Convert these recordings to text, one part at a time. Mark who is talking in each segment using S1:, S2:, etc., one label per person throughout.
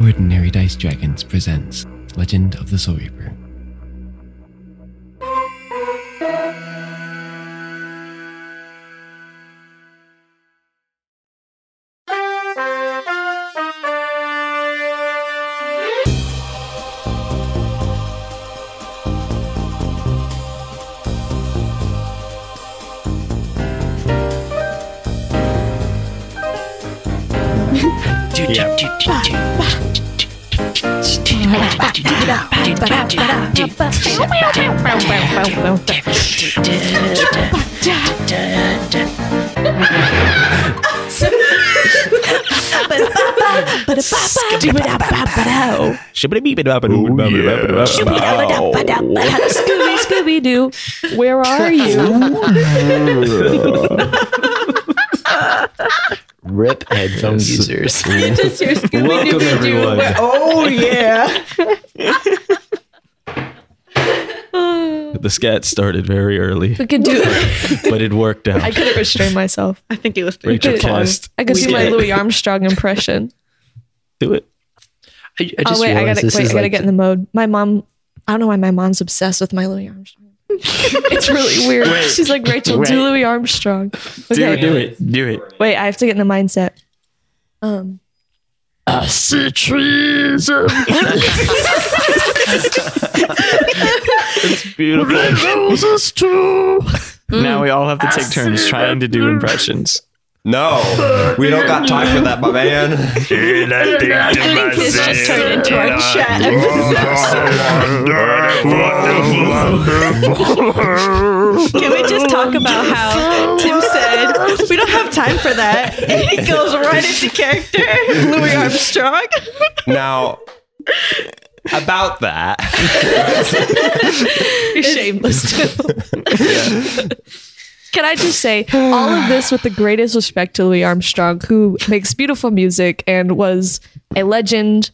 S1: Ordinary Dice Dragons presents Legend of the Soul Reaper.
S2: Oh,
S3: Scooby Scooby Doo, where are you?
S4: Rip headphone users.
S3: Just your Scooby Doo.
S5: everyone.
S4: oh yeah.
S5: The scat started very early,
S3: I could do.
S5: but it worked out.
S3: I couldn't restrain myself.
S6: I think it was three.
S5: Rachel
S3: could-
S5: cast.
S3: I could do my
S5: Yeah.
S3: Louis Armstrong impression.
S5: Do it.
S4: I, I
S3: Oh
S4: just
S3: wait, I
S4: realized
S3: gotta
S4: this
S3: wait. I
S4: is
S3: gotta
S4: like
S3: get in the mode. My mom. I don't know why my mom's obsessed with my Louis Armstrong. it's really weird. She's like Rachel,
S4: Wait.
S3: do Louis Armstrong. Okay,
S5: Do it. Do it. Do it.
S3: wait. I have to get in the mindset. Um.
S4: I see trees of
S5: It's beautiful.
S4: roses too.
S7: Mm.
S5: Now we all have to take turns trying to do impressions.
S8: No, we don't got time for that, my man.
S3: I think this just turned into our chat episode.
S6: Can we just talk about how Tim said we don't have time for that? And he goes right into character, Louis Armstrong.
S8: Now, about that,
S6: You're shameless.
S3: Can I just say all of this with the greatest respect to Louis Armstrong, who makes beautiful music and was a legend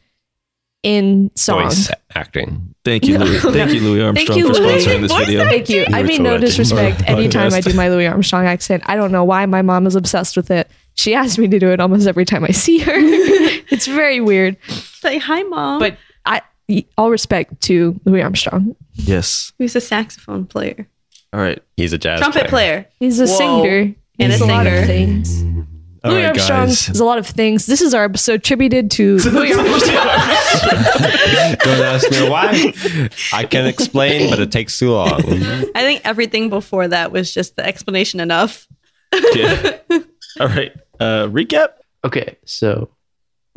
S3: in song.
S8: voice acting.
S5: Thank you, Louis. Thank you, Louis
S3: Thank
S5: Armstrong,
S3: you,
S5: for
S3: Louis.
S5: sponsoring this video.
S3: Thank you. I mean, no disrespect. Anytime I do my Louis Armstrong accent, I don't know why my mom is obsessed with it. She asks me to do it almost every time I see her. it's very weird,
S6: Say hi, mom.
S3: but I all respect to Louis Armstrong.
S5: Yes.
S6: he was a saxophone player,
S5: All right.
S8: He's a jazz
S6: trumpet player,
S3: He's a
S6: Whoa.
S3: singer.
S6: and a
S3: He's a lot of
S6: singer.
S3: things.
S5: All
S3: Louis
S5: right,
S3: Armstrong
S5: guys.
S3: is a lot of things. This is our episode attributed to Louis Armstrong.
S8: Don't ask me why. I can explain, but it takes too long.
S6: I think everything before that was just the explanation enough.
S5: Yeah. All right. Uh, recap.
S4: Okay, so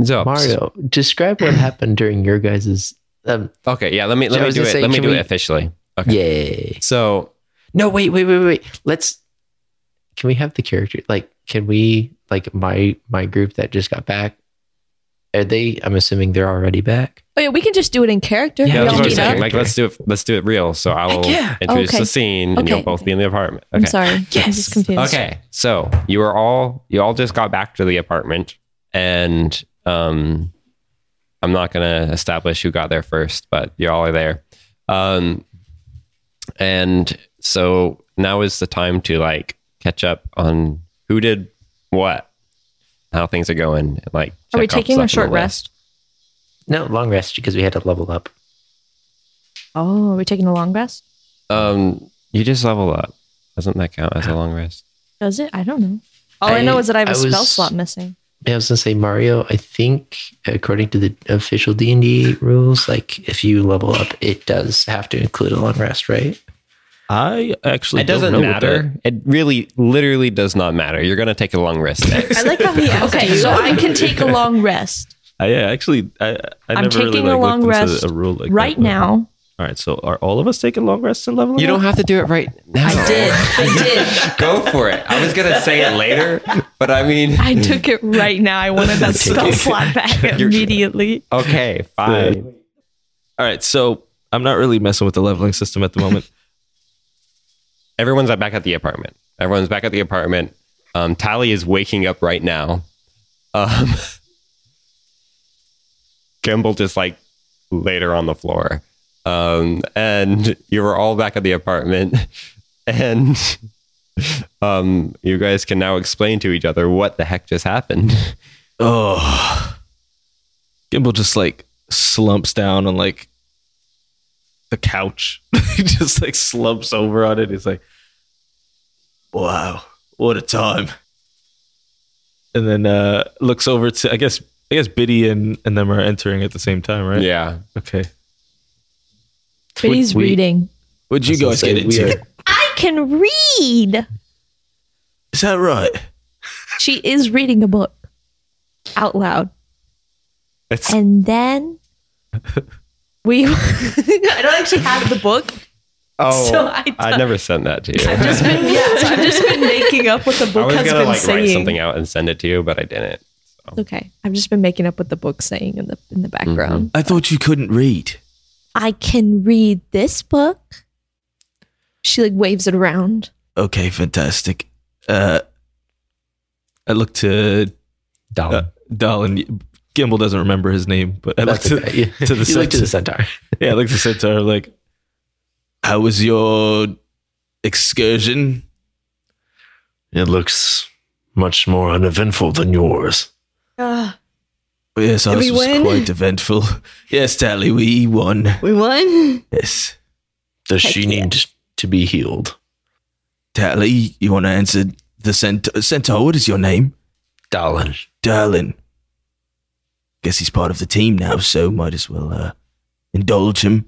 S8: So
S4: Mario, describe what happened during your guys' um
S8: Okay, yeah. Let me
S4: So
S8: let
S4: I
S8: me
S4: was
S8: do it.
S4: gonna say,
S8: let me
S4: can
S8: do
S4: we-
S8: it officially.
S4: Yay.
S8: So
S4: No, wait, wait, wait, wait. Let's can we have the character like can we like my my group that just got back? Are they I'm assuming they're already back?
S3: Oh yeah, we can just do it in character.
S4: Yeah,
S8: yeah,
S3: we
S8: that's
S3: all
S8: what I'm
S3: meet up.
S8: saying. Like, let's do it. Let's do it real. So I will
S4: yeah.
S8: introduce
S3: Okay.
S8: the scene, and
S3: Okay.
S8: you'll both be in the apartment.
S3: I'm sorry. Yes. I'm just confused.
S8: Okay, so you were all you all just got back to the apartment, and um, I'm not gonna establish who got there first, but you all are there. Um, and so now is the time to like catch up on who did what, how things are going, and like
S3: Are we
S8: check off
S3: taking
S8: stuff
S3: a
S8: on
S3: short
S8: the list.
S3: rest?
S4: No, long rest because we had to level up.
S3: Oh, are we taking a long rest?
S8: Um, you just level up. Doesn't that count as a long rest?
S3: Does it? I don't know. All I,
S4: I-
S3: know is that I have a
S4: I
S3: spell
S4: was-
S3: slot missing.
S4: I was gonna say Mario. I think according to the official D and D rules, like if you level up, it does have to include a long rest, right?
S5: I actually
S8: It doesn't
S5: don't know what
S8: matter. It really, literally does not matter. You're gonna take a long rest next.
S3: I like how he asked. okay, so I can take a long rest
S5: that- I, Uh, yeah, actually, I, I
S3: I'm
S5: never really
S3: taking
S5: like,
S3: a long
S5: looked into
S3: rest
S5: a rule like
S3: right
S5: that, but-
S3: now.
S5: All right. So are all of us taking long rests to level?
S8: You
S5: up?
S8: don't have to do it right now. I did. I did. Go for it. I was gonna say it later, but I mean,
S3: I took it right now. I wanted that spell slot back immediately.
S8: okay, fine.
S5: All right. So I'm not really messing with the leveling system at the moment.
S8: Everyone's back at the apartment. Everyone's back at the apartment. Um, Tally is waking up right now. Um, Gimbal just like later on the floor, um, and you were all back at the apartment, and Um, you guys can now explain to each other what the heck just happened.
S5: Oh. Gimbal just like slumps down on like the couch. he just like slumps over on it. He's like, wow, what a time. And then uh looks over to I guess I guess Biddy and, and them are entering at the same time, right?
S8: Yeah.
S5: Okay.
S3: But he's
S4: we-
S3: reading.
S5: What'd
S4: I was gonna say, we are-
S3: I can read.
S5: Is that right?
S3: She is reading a book out loud.
S8: It's
S3: And then we I don't actually have the book.
S8: oh
S3: so I
S8: I
S3: don't-
S8: never sent that to you.
S3: I've just been yeah, so I've just been making up what the
S8: I
S3: book
S8: was
S3: has
S8: gonna
S3: been
S8: like
S3: saying.
S8: write something out and send it to you, but I didn't.
S3: Okay. I've just been making up what the book's saying in the in the background.
S2: Mm-hmm.
S5: I thought you couldn't read.
S3: I can read this book. She like waves it around.
S5: Okay, fantastic. Uh I look to
S4: Dom.
S5: uh, Dahl and Gimbal doesn't remember his name, but I look
S4: That's
S5: to,
S4: okay. You-
S5: to the
S4: you look to
S5: centaur.
S4: the centaur.
S5: Yeah, I look to the centaur. Like, how was your excursion?
S2: It looks much more uneventful than yours.
S6: Uh,
S5: Yes,
S6: Did
S5: ours
S6: we
S5: was
S6: win?
S5: quite eventful. Yes, Tally, we won.
S6: we won.
S5: Yes,
S2: Does
S3: Heck
S2: she
S3: yeah.
S2: need to be healed?
S5: Tally, you want to answer the centaur? Centaur, what is your name?
S4: Dalin.
S5: Darlin. Guess he's part of the team now, so might as well uh, indulge him.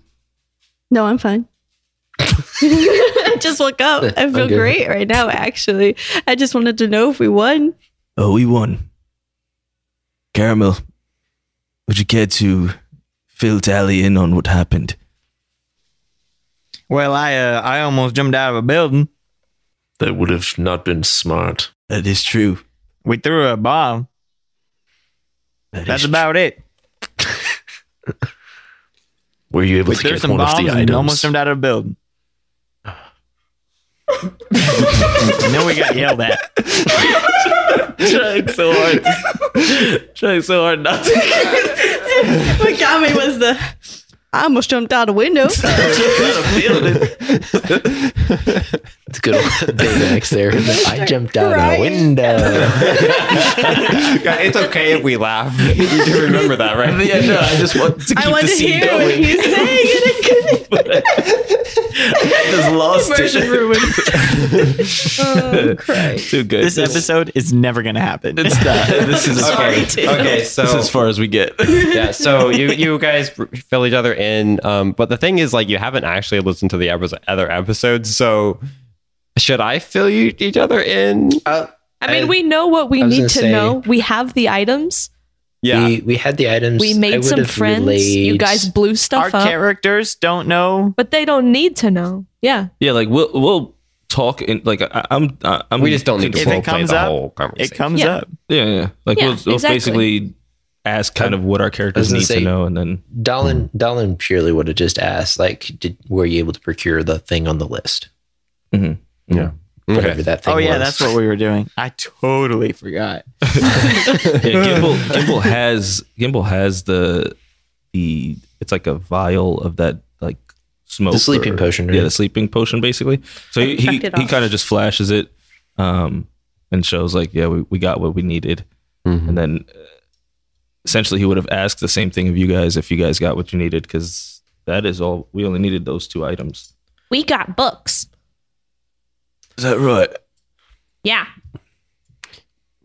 S6: No, I'm fine. I just woke up. I feel
S4: Okay.
S6: great right now, actually. I just wanted to know if we won.
S5: Oh, we won. Caramel, would you care to fill Tally in on what happened?
S9: Well, I uh, I almost jumped out of a building.
S2: That would have not been smart.
S5: That is true.
S9: We threw a bomb.
S5: That
S9: That's
S5: is
S9: about it.
S2: Were you able
S9: We
S2: to
S9: threw
S2: get
S9: some
S2: one of
S9: bombs
S2: the
S9: and almost
S2: items?
S9: jumped out of a building. and then we got yelled at.
S4: Trying so hard. Trying so hard not to.
S6: What got me was the I almost jumped out a window.
S4: It's good old Baymax there. And then I jumped out a
S6: Right.
S4: window.
S8: it's okay if we laugh. you do remember that, right?
S5: Yeah, no, I just want to keep
S6: I wanted
S5: the
S6: to
S5: scene
S6: hear what
S5: going.
S6: he was saying. And I couldn't.
S5: I just lost
S6: Immersion
S5: it.
S6: ruined. oh, Christ.
S5: Too good.
S9: This episode is never gonna happen.
S5: It's not. This is as far.
S6: Sorry,
S5: This
S6: Tim.
S8: Okay, so
S5: is as far as we get.
S8: yeah, so you you guys fill each other in. Um, but the thing is, like, you haven't actually listened to the epis- other episodes, so should I fill you each other in?
S5: Uh,
S3: I mean,
S4: I-
S3: we know what we
S4: I was
S3: need to
S4: gonna say-
S3: know. We have the items.
S8: Yeah,
S4: We, we had the items.
S3: We
S4: I
S3: made
S4: would
S3: some
S4: have
S3: friends. You
S4: relayed-
S3: guys blew
S9: Our
S3: stuff up,
S9: characters don't know.
S3: but they don't need to know. Yeah.
S5: Yeah, like we'll we'll talk and like I, I'm I, I'm
S8: we just don't need to
S9: If it
S8: role play
S9: comes
S8: the
S9: up,
S8: whole
S9: It
S8: conversation.
S9: comes
S3: Yeah.
S9: up.
S5: yeah yeah like
S3: Yeah,
S5: we'll, we'll
S3: exactly.
S5: basically ask kind of what our characters
S4: I
S5: need
S4: was gonna
S5: to
S4: say-
S5: know and then
S4: Dalin Dalin purely would have just asked, like, did were you able to procure the thing on the list?
S8: Mm-hmm.
S5: Mhm.
S4: Yeah. Whatever
S8: Okay.
S4: that thing
S9: Oh yeah,
S4: was.
S9: that's what we were doing. I totally forgot.
S5: yeah, Gimbal Gimbal has Gimbal has the the it's like a vial of that like smoke
S4: The sleeping
S5: or-
S4: potion,
S5: Yeah,
S4: right?
S5: the sleeping potion basically. So he he,
S6: Chucked it
S5: he
S6: off.
S5: kind of just flashes it um and shows like yeah, we, we got what we needed.
S4: Mm-hmm.
S5: And then uh, essentially he would have asked the same thing of you guys if you guys got what you needed cuz that is all we only needed those two items.
S3: We got books.
S5: Is that right?
S3: Yeah.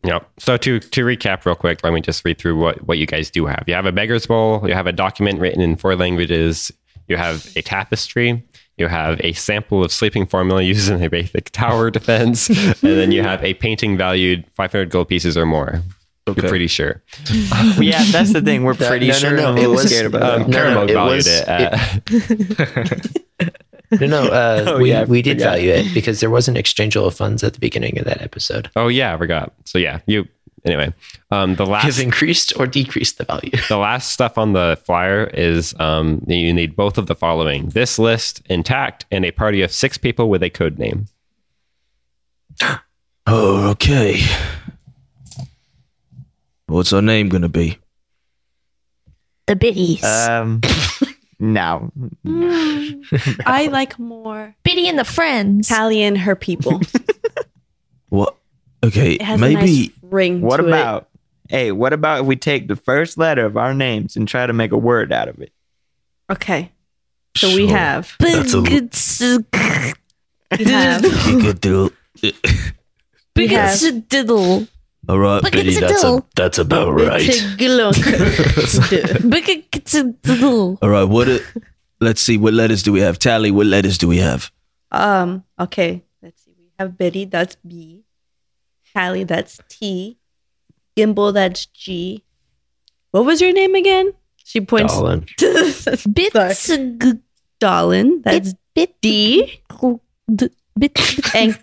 S8: Yep. So to to recap real quick, let me just read through what, what you guys do have. You have a beggar's bowl, you have a document written in four languages, you have a tapestry, you have a sample of sleeping formula used in a basic tower defense, and then you have a painting valued 500 gold pieces or more. You're pretty sure.
S9: yeah, that's the thing. We're
S4: No,
S9: pretty
S4: no, no,
S9: sure.
S4: no,
S9: I'm a
S4: it
S9: little
S4: was-
S9: scared about
S4: um,
S9: that.
S8: Um,
S4: no,
S8: Kermo
S4: it
S8: valued
S4: was-
S8: it at
S4: No, no, uh,
S9: Oh,
S4: we,
S9: yeah, I
S4: we did
S9: forgot.
S4: value it because there was an exchangeable of funds at the beginning of that episode.
S8: Oh yeah, I forgot. So yeah, you anyway. Um the last
S4: Has increased or decreased the value.
S8: the last stuff on the flyer is um, you need both of the following this list intact and a party of six people with a code name.
S5: Oh, okay. What's our name gonna be?
S3: The biddies.
S9: Um, no,
S6: I like more
S3: Biddy and the friends.
S6: Tally and her people.
S7: Well, okay,
S6: It has a
S7: maybe
S6: nice ring.
S9: What
S6: to it.
S9: about? Hey, what about if we take the first letter of our names and try to make a word out of it?
S6: Okay, so we
S2: Sure.
S6: have.
S2: That's a-
S6: We have.
S2: Good deal.
S6: we have
S2: All right,
S3: But
S2: Betty,
S3: it's a
S2: that's, a,
S3: deal.
S2: that's about right.
S7: all right. What? A, let's see. What letters do we have? Tally. What letters do we have?
S6: um. Okay, let's see. We have Biddy. That's B. Hallie. That's T. Gimbal. That's G. What was your name again? She points
S4: Dolan.
S6: to the
S3: Bits.
S6: Dolan. That's
S3: Bit.
S6: D.
S3: Bit. Bit.
S6: And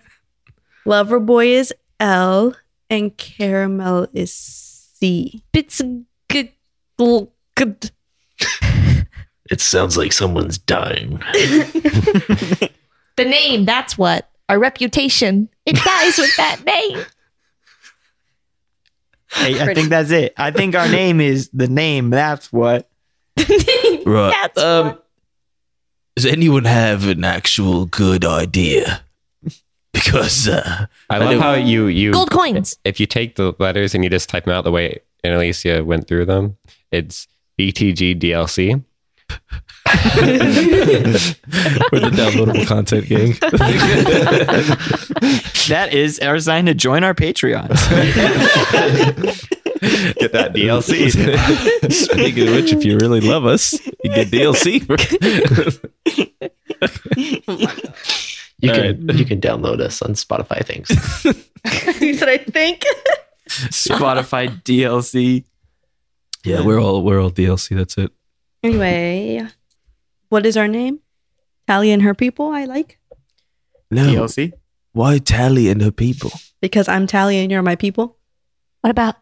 S6: Loverboy is L. And Caramel is C.
S3: Bits.
S2: It sounds like someone's dying.
S3: The name, that's what. Our reputation. It dies with that name.
S9: Hey, I think that's it. I think our name is the name. That's what.
S7: Right.
S3: That's
S7: um. Does anyone have an actual good idea? Because uh,
S8: I love how you you
S3: Gold coins.
S8: if you take the letters and you just type them out the way Annalisa went through them, it's BTG DLC.
S7: we're the downloadable content gang.
S9: That is our sign to join our Patreon.
S8: Get that DLC.
S7: Speaking of which, if you really love us, you get DLC.
S4: You
S7: All
S4: can you can download us on Spotify. Thanks.
S6: That's what I think.
S9: Spotify DLC.
S7: yeah, we're all we're all DLC. That's it.
S6: Anyway, what is our name? Tally and her people, I like.
S9: DLC.
S7: why Tally and her people?
S6: Because I'm Tally and you're my people.
S3: What about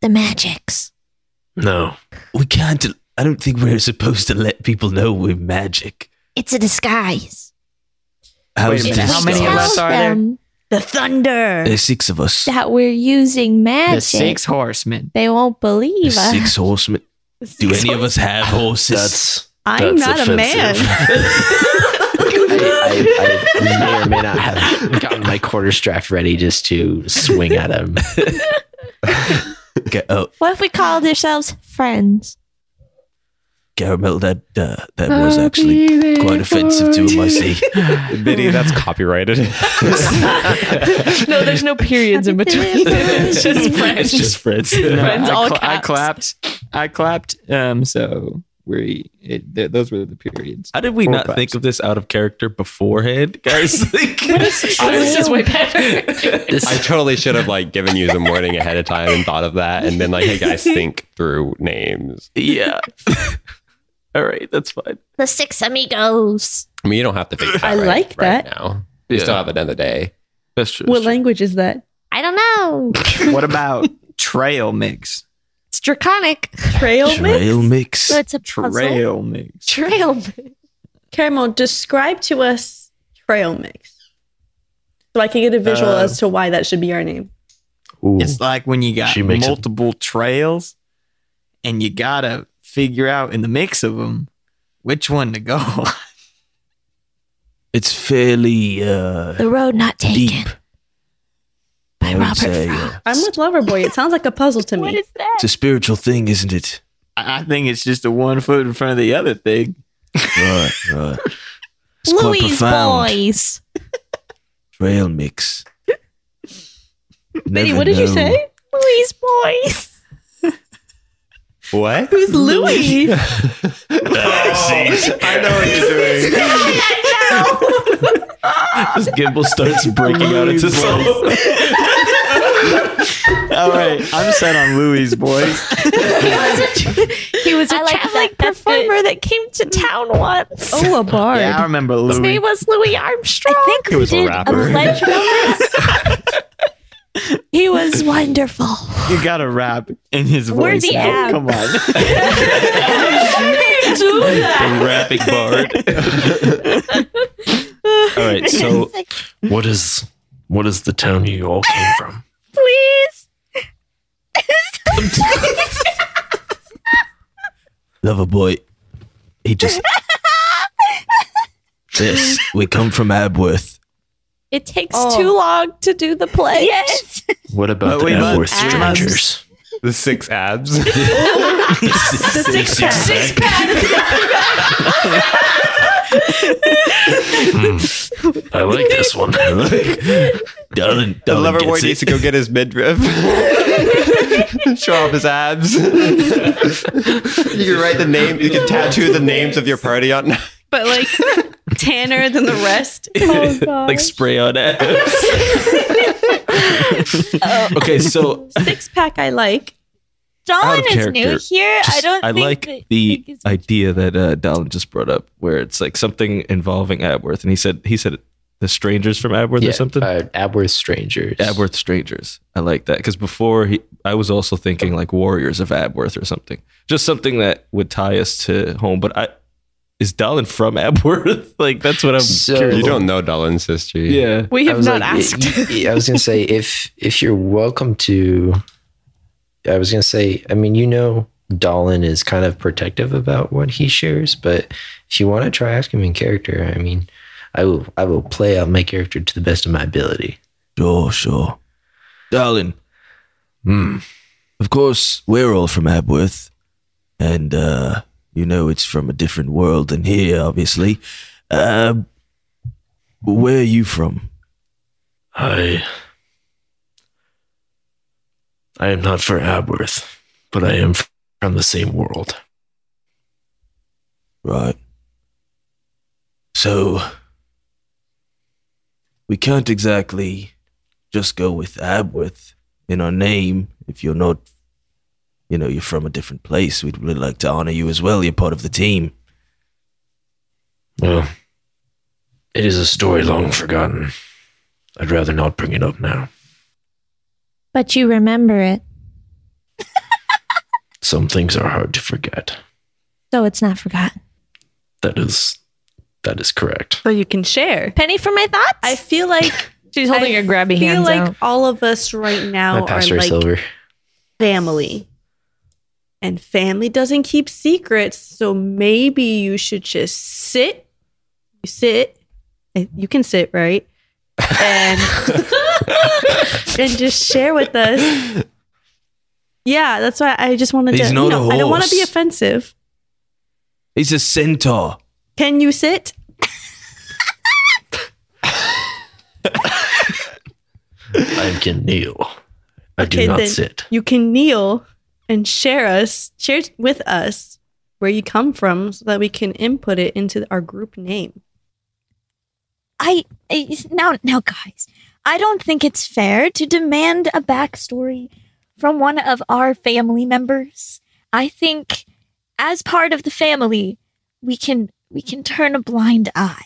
S3: the magics?
S2: No.
S7: We can't. I don't think we're supposed to let people know we're magic.
S3: It's a disguise.
S9: Wait a
S7: is
S9: minute,
S7: this
S9: how many
S7: done?
S9: of us
S3: Tell
S9: are there?
S3: them
S6: The thunder.
S7: There's six of us.
S3: That we're using magic.
S9: The six horsemen.
S3: They won't believe us.
S7: Six horsemen. Do any of us have horses?
S2: That's
S6: I'm not
S2: That's
S6: a man.
S4: I, I, I may or may not have gotten my quarterstaff ready just to swing at him.
S7: Ca- oh,
S3: What if we called ourselves friends?
S7: caramel. That uh, that was actually quite offensive to him. I see.
S8: Biddy, that's copyrighted.
S1: No, there's no periods in between. it's just French.
S7: friends.
S9: No,
S1: Friends,
S9: I,
S1: all
S9: I
S1: caps.
S9: clapped. I clapped. Um. So we. It, th- those were the periods.
S7: How did we
S9: Four
S7: not
S9: claps.
S7: think of this out of character beforehand, guys? Like,
S1: This is just way better.
S8: I totally should have like given you some warning ahead of time and thought of that, and then like, hey guys, think through names.
S7: yeah. All right, that's fine.
S3: The six amigos.
S8: I mean, you don't have to think. That
S6: I
S8: right-
S6: like
S8: right
S6: that.
S8: now. You still
S7: Yeah.
S8: have another day.
S7: That's true.
S6: what language is that?
S3: I don't know.
S9: What about trail mix?
S3: It's draconic.
S6: Trail mix?
S7: Trail mix.
S3: So it's a puzzle.
S9: Trail mix.
S3: Trail.
S6: Caramel, describe to us trail mix. So I can get a visual
S9: Uh,
S6: as to why that should be our name.
S4: Ooh.
S9: It's like when you got
S2: She makes it-
S9: multiple trails, and you gotta figure out in the mix of them which one to go. on.
S7: It's fairly uh,
S3: The road not taken
S7: deep.
S3: by
S7: I would
S3: Robert
S7: say,
S3: Frost.
S7: yeah.
S6: I'm with Loverboy. It sounds like a puzzle to me.
S3: that?
S7: It's a spiritual thing, isn't it?
S9: I I think it's just the one foot in front of the other thing.
S7: Right, right. It's quite
S3: Louis
S7: profound.
S3: boys.
S7: Trail mix.
S6: Biddy,
S7: Never
S6: what did you
S7: know.
S6: say?
S3: Louis boys.
S8: What?
S6: Who's Louis?
S2: I know what you're doing.
S7: This Gimbal starts breaking out into song.
S9: All right, I'm set on Louis, boys.
S3: He was a
S6: I like
S3: traveling
S6: that. That's good.
S3: performer that came to town once.
S6: oh, a bard.
S9: Yeah, I remember
S3: His
S9: Louis.
S3: name was Louis Armstrong. I think
S8: He was a did a rapper.
S3: pledge he was wonderful.
S9: You gotta rap in his
S3: Where's
S9: voice.
S3: the
S9: now.
S3: app?
S9: Come on.
S7: The rapping bard. All right, so
S2: What is what is the town you all came from?
S3: Please.
S7: lover boy, he just. yes, we come from Abworth.
S10: It takes
S6: Oh.
S10: too long to do the play.
S6: Yes.
S2: What
S9: But
S2: about
S9: we
S2: the
S9: love
S2: Epworth
S6: abs.
S2: Strangers?
S8: The six abs.
S6: the six pack.
S2: Six I like this one.
S5: Done.
S8: The lover boy needs to go get his midriff. Show off his abs. you can write the name. You can tattoo the names of your party on.
S6: but like tanner than the rest.
S3: Oh,
S8: Oh,
S5: like spray on abs.
S10: Oh.
S5: okay, so
S6: Six pack I like.
S5: Out
S10: Dolan
S5: of
S10: is new
S5: character.
S10: here. I
S5: just-
S10: don't.
S5: I
S10: think
S5: like
S10: that-
S5: the
S10: think it's-
S5: idea that uh, Dallin just brought up, where it's like something involving Abworth, and he said he said the strangers from Abworth
S4: yeah,
S5: or something.
S4: Uh, Abworth Strangers.
S5: Abworth strangers. I like that because before he, I was also thinking like warriors of Abworth or something, just something that would tie us to home. But I is Dallin from Abworth? like that's what I'm.
S4: So-
S5: curious
S8: You
S5: about.
S8: don't know Dolan's history.
S5: Yeah.
S3: We
S4: I
S3: have
S4: was
S3: not
S4: like,
S3: asked.
S4: y- y- I was gonna say if if you're welcome to, I was gonna say. I mean, you know, Dolan is kind of protective about what he shares, but if you want to try asking him in character, I mean, I will I will play out my character to the best of my ability.
S5: Sure, sure. Darling,
S4: Hmm.
S5: of course, we're all from Abworth. And, uh, you know, it's from a different world than here, obviously. Uh, where are you from?
S2: I I am not for Abworth, but I am f- from the same world.
S5: Right. So, we can't exactly just go with Abworth in our name if you're not, you know, you're from a different place. We'd really like to honor you as well. You're part of the team.
S2: Well, it is a story long forgotten. I'd rather not bring it up now.
S10: But you remember it,
S2: Some things are hard to forget.
S10: so it's not forgotten.
S2: That is that is correct.
S6: So you can share.
S10: Penny for my thoughts.
S6: I feel like
S3: She's holding
S6: I
S3: her grabby
S6: feel
S3: hands
S6: like
S3: out.
S6: all of us right
S4: My
S6: now are
S4: pastor
S6: like
S4: silver.
S6: family. And family doesn't keep secrets, so maybe you should just sit. You sit. and You can sit, right? And and just share with us. Yeah, that's why I just wanted
S5: He's
S6: to.
S5: not
S6: you
S5: a
S6: know, I don't want to be
S5: horse.
S6: offensive.
S5: He's a centaur.
S6: Can you sit?
S2: I can kneel. I do
S6: Okay,
S2: not
S6: then.
S2: sit.
S6: you can kneel and share us, share with us where you come from so that we can input it into our group name.
S10: I, I now now guys, I don't think it's fair to demand a backstory from one of our family members. I think as part of the family, we can we can turn a blind eye.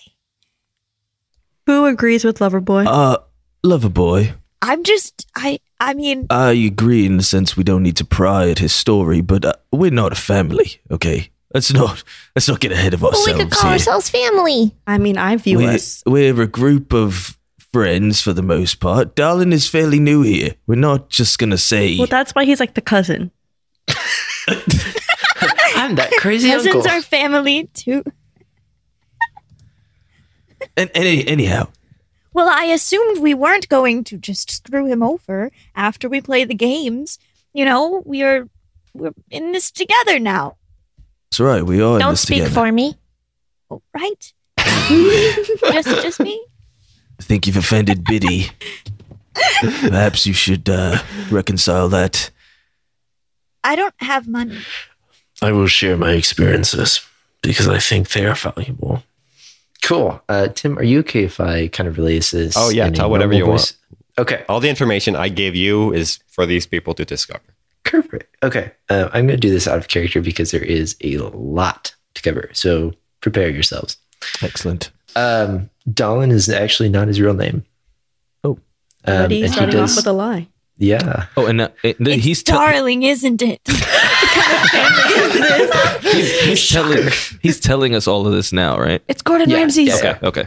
S6: Who agrees with Loverboy?
S5: Uh, lover boy.
S10: I'm just I I mean
S5: I agree in the sense we don't need to pry at his story, but uh, we're not a family, okay? Let's not let's not get ahead of
S10: well,
S5: ourselves
S10: we could call
S5: here.
S10: ourselves family.
S6: I mean, I view
S5: we're,
S6: us.
S5: we're a group of friends for the most part. Darlin is fairly new here. We're not just gonna say
S6: Well, that's why he's like the cousin.
S4: I'm that crazy
S10: Cousins
S4: uncle.
S10: are family too.
S5: and, any, anyhow.
S10: Well, I assumed we weren't going to just screw him over after we play the games. You know, we are we're in this together now.
S5: That's right, we
S7: Oh,
S5: are in
S10: Don't
S5: this
S10: speak
S5: together.
S10: for me. Oh, right? just, just me.
S5: I think you've offended Biddy. Perhaps you should uh, reconcile that.
S10: I don't have money.
S2: I will share my experiences because I think they are valuable.
S4: cool. Uh, Tim, are you okay if I kind of release this?
S8: Oh, yeah,
S4: in a
S8: tell whatever
S4: normal
S8: you want.
S4: voice? Okay.
S8: All the information I gave you is for these people to discover.
S4: Perfect. Okay. Uh, I'm going to do this out of character because there is a lot to cover. So prepare yourselves.
S5: Excellent.
S4: Um, Dolan is actually not his real name.
S5: Oh.
S4: Um,
S6: Buddy
S4: and he
S6: starting off
S4: does,
S6: with a lie.
S4: yeah.
S5: Oh, and uh, it-
S10: It's
S5: he's te-
S10: darling, isn't it?
S5: he's, he's telling he's telling us all of this now, right?
S3: It's Gordon
S4: Yeah,
S3: Ramsay's.
S4: yeah.
S5: Okay.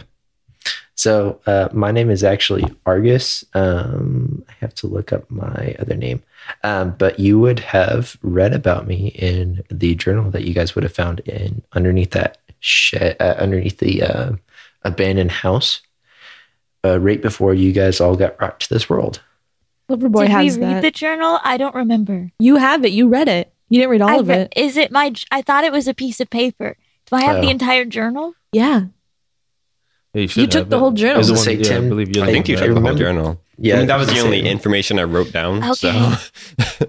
S4: So uh, my name is actually Argus. Um, I have to look up my other name. Um, but you would have read about me in the journal that you guys would have found in underneath that shed, uh, underneath the uh, abandoned house. uh, right before you guys all got brought to this world.
S3: Loverboy
S10: Did
S3: has
S10: we read
S3: that.
S10: the journal? I don't remember.
S3: you have it. You read it. You didn't read all
S10: I
S3: of
S10: re-
S3: it.
S10: Is it my? j- I thought it was a piece of paper. Do I have
S4: Oh.
S10: the entire journal?
S3: Yeah.
S5: Yeah,
S3: You
S5: should
S3: took
S5: have
S3: the
S5: it.
S3: whole journal.
S5: It was the
S4: Does it
S5: one-
S4: say
S5: yeah, I
S4: 10?
S5: believe you
S4: I
S8: I think you took the whole
S4: remember-
S8: journal.
S4: Yeah,
S8: I mean, that was
S4: that's
S8: the only
S4: same.
S8: information I wrote down. So,
S10: Okay.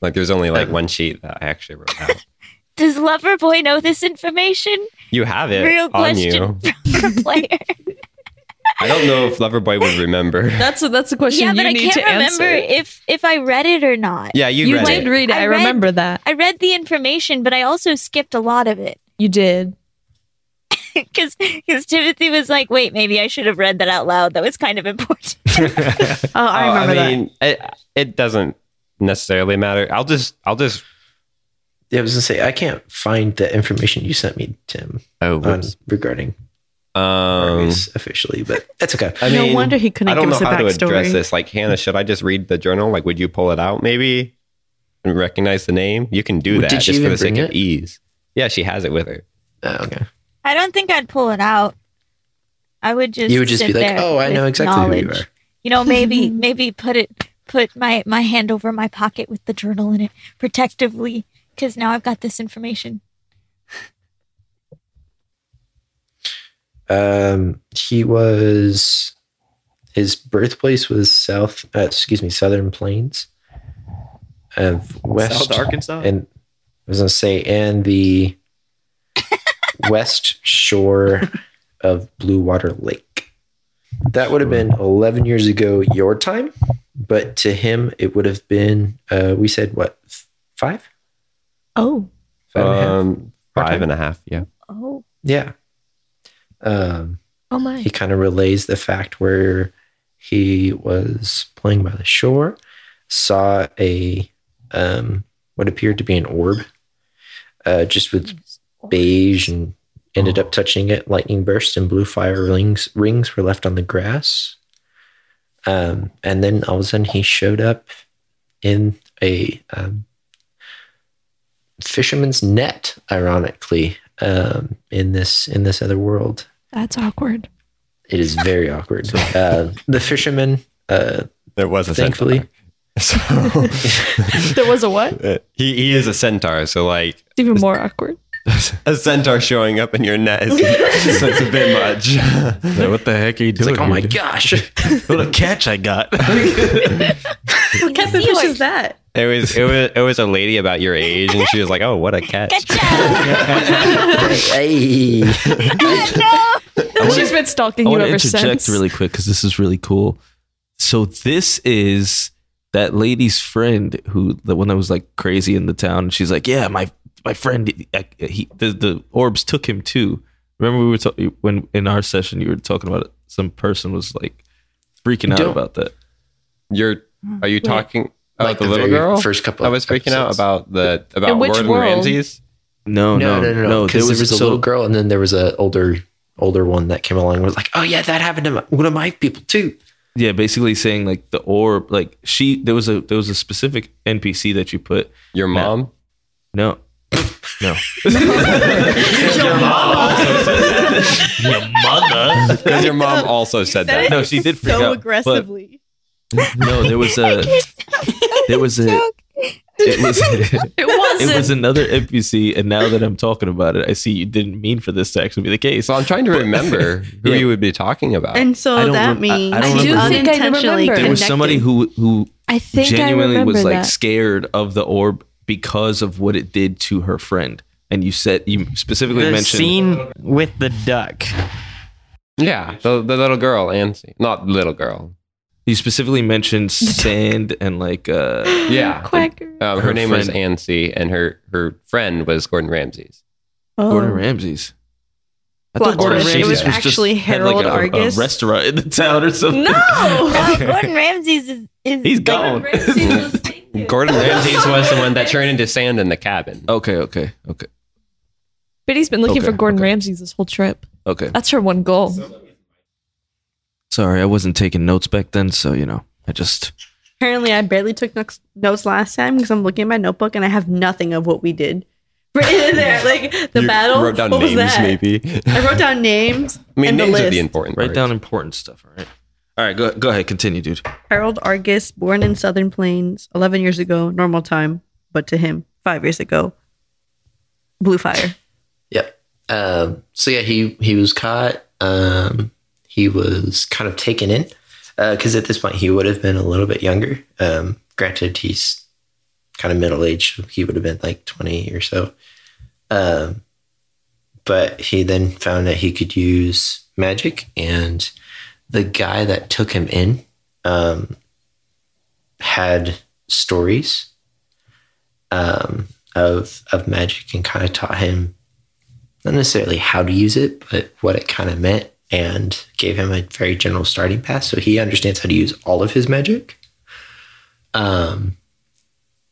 S8: like, there's only like one sheet that I actually wrote down.
S10: Does Loverboy know this information?
S8: You have it
S10: Real
S8: on
S10: question
S8: you.
S10: from the player.
S8: I don't know if Loverboy would remember.
S3: That's that's the question
S10: yeah,
S3: you
S10: but I
S3: need
S10: can't
S3: to
S10: remember
S3: answer.
S10: if if I read it or not.
S8: yeah, you,
S3: You
S8: read
S3: did
S8: it.
S3: read it. I,
S10: I read-
S3: remember that.
S10: I read the information, but I also skipped a lot of it
S3: You did.
S10: because Timothy was like, "Wait, maybe I should have read that out loud. That was kind of important."
S3: Oh, I remember
S8: I
S3: that.
S8: mean, It, it doesn't necessarily matter. I'll just, I'll just.
S4: Yeah, I was gonna say I can't find the information you sent me, Tim,
S8: Oh,
S4: on
S8: whoops.
S4: regarding
S8: um,
S4: Argus officially, but that's okay.
S8: I
S3: no
S8: mean,
S3: wonder he
S8: I
S3: couldn't
S8: don't
S3: give
S8: know
S3: us a
S8: how to address
S3: backstory.
S8: this. Like, Hannah, should I just read the journal? Like, would you pull it out maybe and recognize the name? You can do
S4: Well,
S8: that
S4: did she
S8: just for
S4: even
S8: the sake
S4: bring
S8: of
S4: it?
S8: ease. Yeah, she has it with her.
S4: Oh, okay.
S10: I don't think I'd pull it out. I would just
S4: you would just
S10: sit
S4: be like,
S10: there
S4: "Oh, I know
S10: with
S4: exactly who you
S10: knowledge.
S4: are."
S10: You know, maybe maybe put it put my my hand over my pocket with the journal in it protectively because now I've got this information.
S4: Um, he was his birthplace was South, uh, excuse me, Southern Plains of West
S5: South Arkansas.
S4: and I was gonna say, and the west shore of Blue Water Lake. That would have been 11 years ago, your time, but to him, it would have been, uh, we said what, five?
S3: Oh,
S4: Five and a half?
S8: Um,
S4: Okay.
S8: five and a half. Yeah.
S10: Oh,
S4: Yeah. Um,
S3: oh my.
S4: he kind of relays the fact where he was playing by the shore, saw a um, what appeared to be an orb, uh, just with beige, and ended up touching it. Lightning burst and blue fire rings rings were left on the grass. Um, and then all of a sudden, he showed up in a um, fisherman's net, ironically, um, in this in this other world.
S3: That's awkward.
S4: It is very awkward. Uh, the fisherman, uh,
S8: There was a
S4: Thankfully.
S8: centaur.
S3: There was a what?
S8: So Uh, he, he is a centaur. So like
S3: It's even more awkward.
S8: a centaur showing up in your net is so it's a bit much.
S5: Like, what the heck are you
S4: it's
S5: doing?
S4: like, oh my
S5: dude?
S4: gosh,
S5: What a catch I got!
S6: What kind of fish is that?
S8: It was it was it was a lady about your age, and she was like, "Oh, what a catch!"
S10: Gotcha!
S4: hey,
S10: no!
S3: She's been stalking
S5: I
S3: you
S5: want to
S3: ever
S5: interject
S3: since.
S5: really quick because this is really cool. So this is that lady's friend who the one that was like crazy in the town. And she's like, yeah, my my friend, I, he the, the orbs took him too. Remember we were talking when in our session you were talking about it, some person was like freaking out
S4: Don't-
S5: about that.
S8: You're are you talking about
S4: Like
S8: the,
S4: the
S8: little
S4: very
S8: girl?
S4: first couple
S8: I was
S4: of
S8: freaking out
S4: episodes.
S8: about the about
S3: In which
S8: Gordon
S3: world?
S8: Ramsay's.
S5: No,
S4: no, no, no, no,
S5: There was,
S4: a
S5: so,
S4: little girl, and then there was a older, older one that came along. and Was like, oh yeah, that happened to my, one of my people too.
S5: yeah, basically saying like the orb, like she there was a there was a specific NPC that you put.
S8: Your mom.
S5: No, no.
S8: Because your mom also said that.
S5: No, she did freak out,
S6: so
S5: but-
S6: aggressively.
S5: No, there was a there was a it was
S3: It wasn't.
S5: it was another NPC, and now that I'm talking about it, I see you didn't mean for this to actually be the case.
S8: So I'm trying to remember who
S5: Yeah.
S8: you would be talking about.
S6: And so
S5: I don't
S6: that
S5: rem- I-
S6: means
S5: I don't I do remember.
S3: think I
S6: unintentionally
S3: remember.
S5: There was somebody
S6: connected.
S5: who who
S3: I think
S5: genuinely
S3: I remember
S5: was like
S3: that.
S5: scared of the orb because of what it did to her friend, and you said you specifically
S9: The
S5: mentioned
S9: scene with the duck.
S8: yeah, the, the little girl, Ansi. Not little girl.
S5: you specifically mentioned sand and like uh
S8: Yeah.
S3: Quacker.
S8: Um, her,
S5: Her
S8: name was
S5: friend.
S8: Ansi, and her her friend was Gordon Ramsay's.
S5: Gordon Ramsay's. I
S6: Plot twist. Oh. It was
S5: just-
S6: actually
S5: had, like,
S6: Harold
S5: a- a
S6: Argus.
S5: restaurant in the town or something.
S10: No, Gordon Ramsay's is, is
S5: He's gone.
S8: Gordon Ramsay's was the one that turned into sand in the cabin.
S5: Okay, okay, okay,
S3: But he's been looking
S5: Okay,
S3: for Gordon
S5: okay.
S3: Ramsay's this whole trip.
S5: okay.
S3: That's her one goal.
S5: Sorry, I wasn't taking notes back then, so you know, I just
S6: Apparently, I barely took notes- notes last time because I'm looking at my notebook and I have nothing of what we did. written in there. Like the
S8: You
S6: battle.
S8: Wrote down
S6: what
S8: names,
S6: was that?
S8: maybe. I
S6: I wrote down names.
S8: mean,
S6: and the
S8: names are
S6: list.
S8: the important
S5: Write
S8: part.
S5: down important stuff. All right. All right. Go go ahead. Continue, dude.
S6: Harold Argus, born in Southern Plains, 11 years ago, normal time, but to him, five years ago, blue fire.
S4: Yep. Um, so yeah, he he was caught. Um, he was kind of taken in because at this point he would have been a little bit younger. Um, granted, he's kind of middle aged. He would have been like twenty or so. Um, but he then found that he could use magic, and the guy that took him in um, had stories um, of of magic and kind of taught him not necessarily how to use it, but what it kind of meant and gave him a very general starting pass. So he understands how to use all of his magic. Um,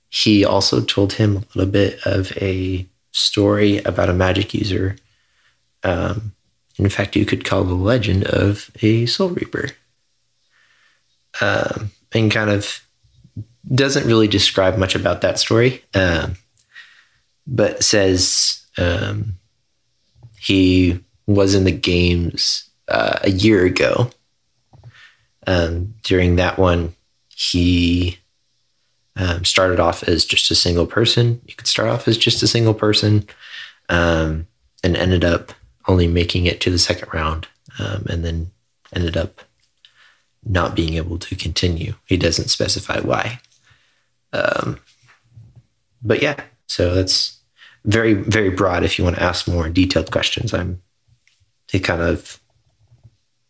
S4: he also told him a little bit of a story about a magic user. Um, in fact, you could call the legend of a soul reaper. Um, and kind of doesn't really describe much about that story, um, but says, um, he was in the games uh, a year ago. Um, during that one, he um, started off as just a single person. You could start off as just a single person um, and ended up only making it to the second round um, and then ended up not being able to continue. He doesn't specify why. Um, but yeah, so that's very very broad if you want to ask more detailed questions i'm it kind of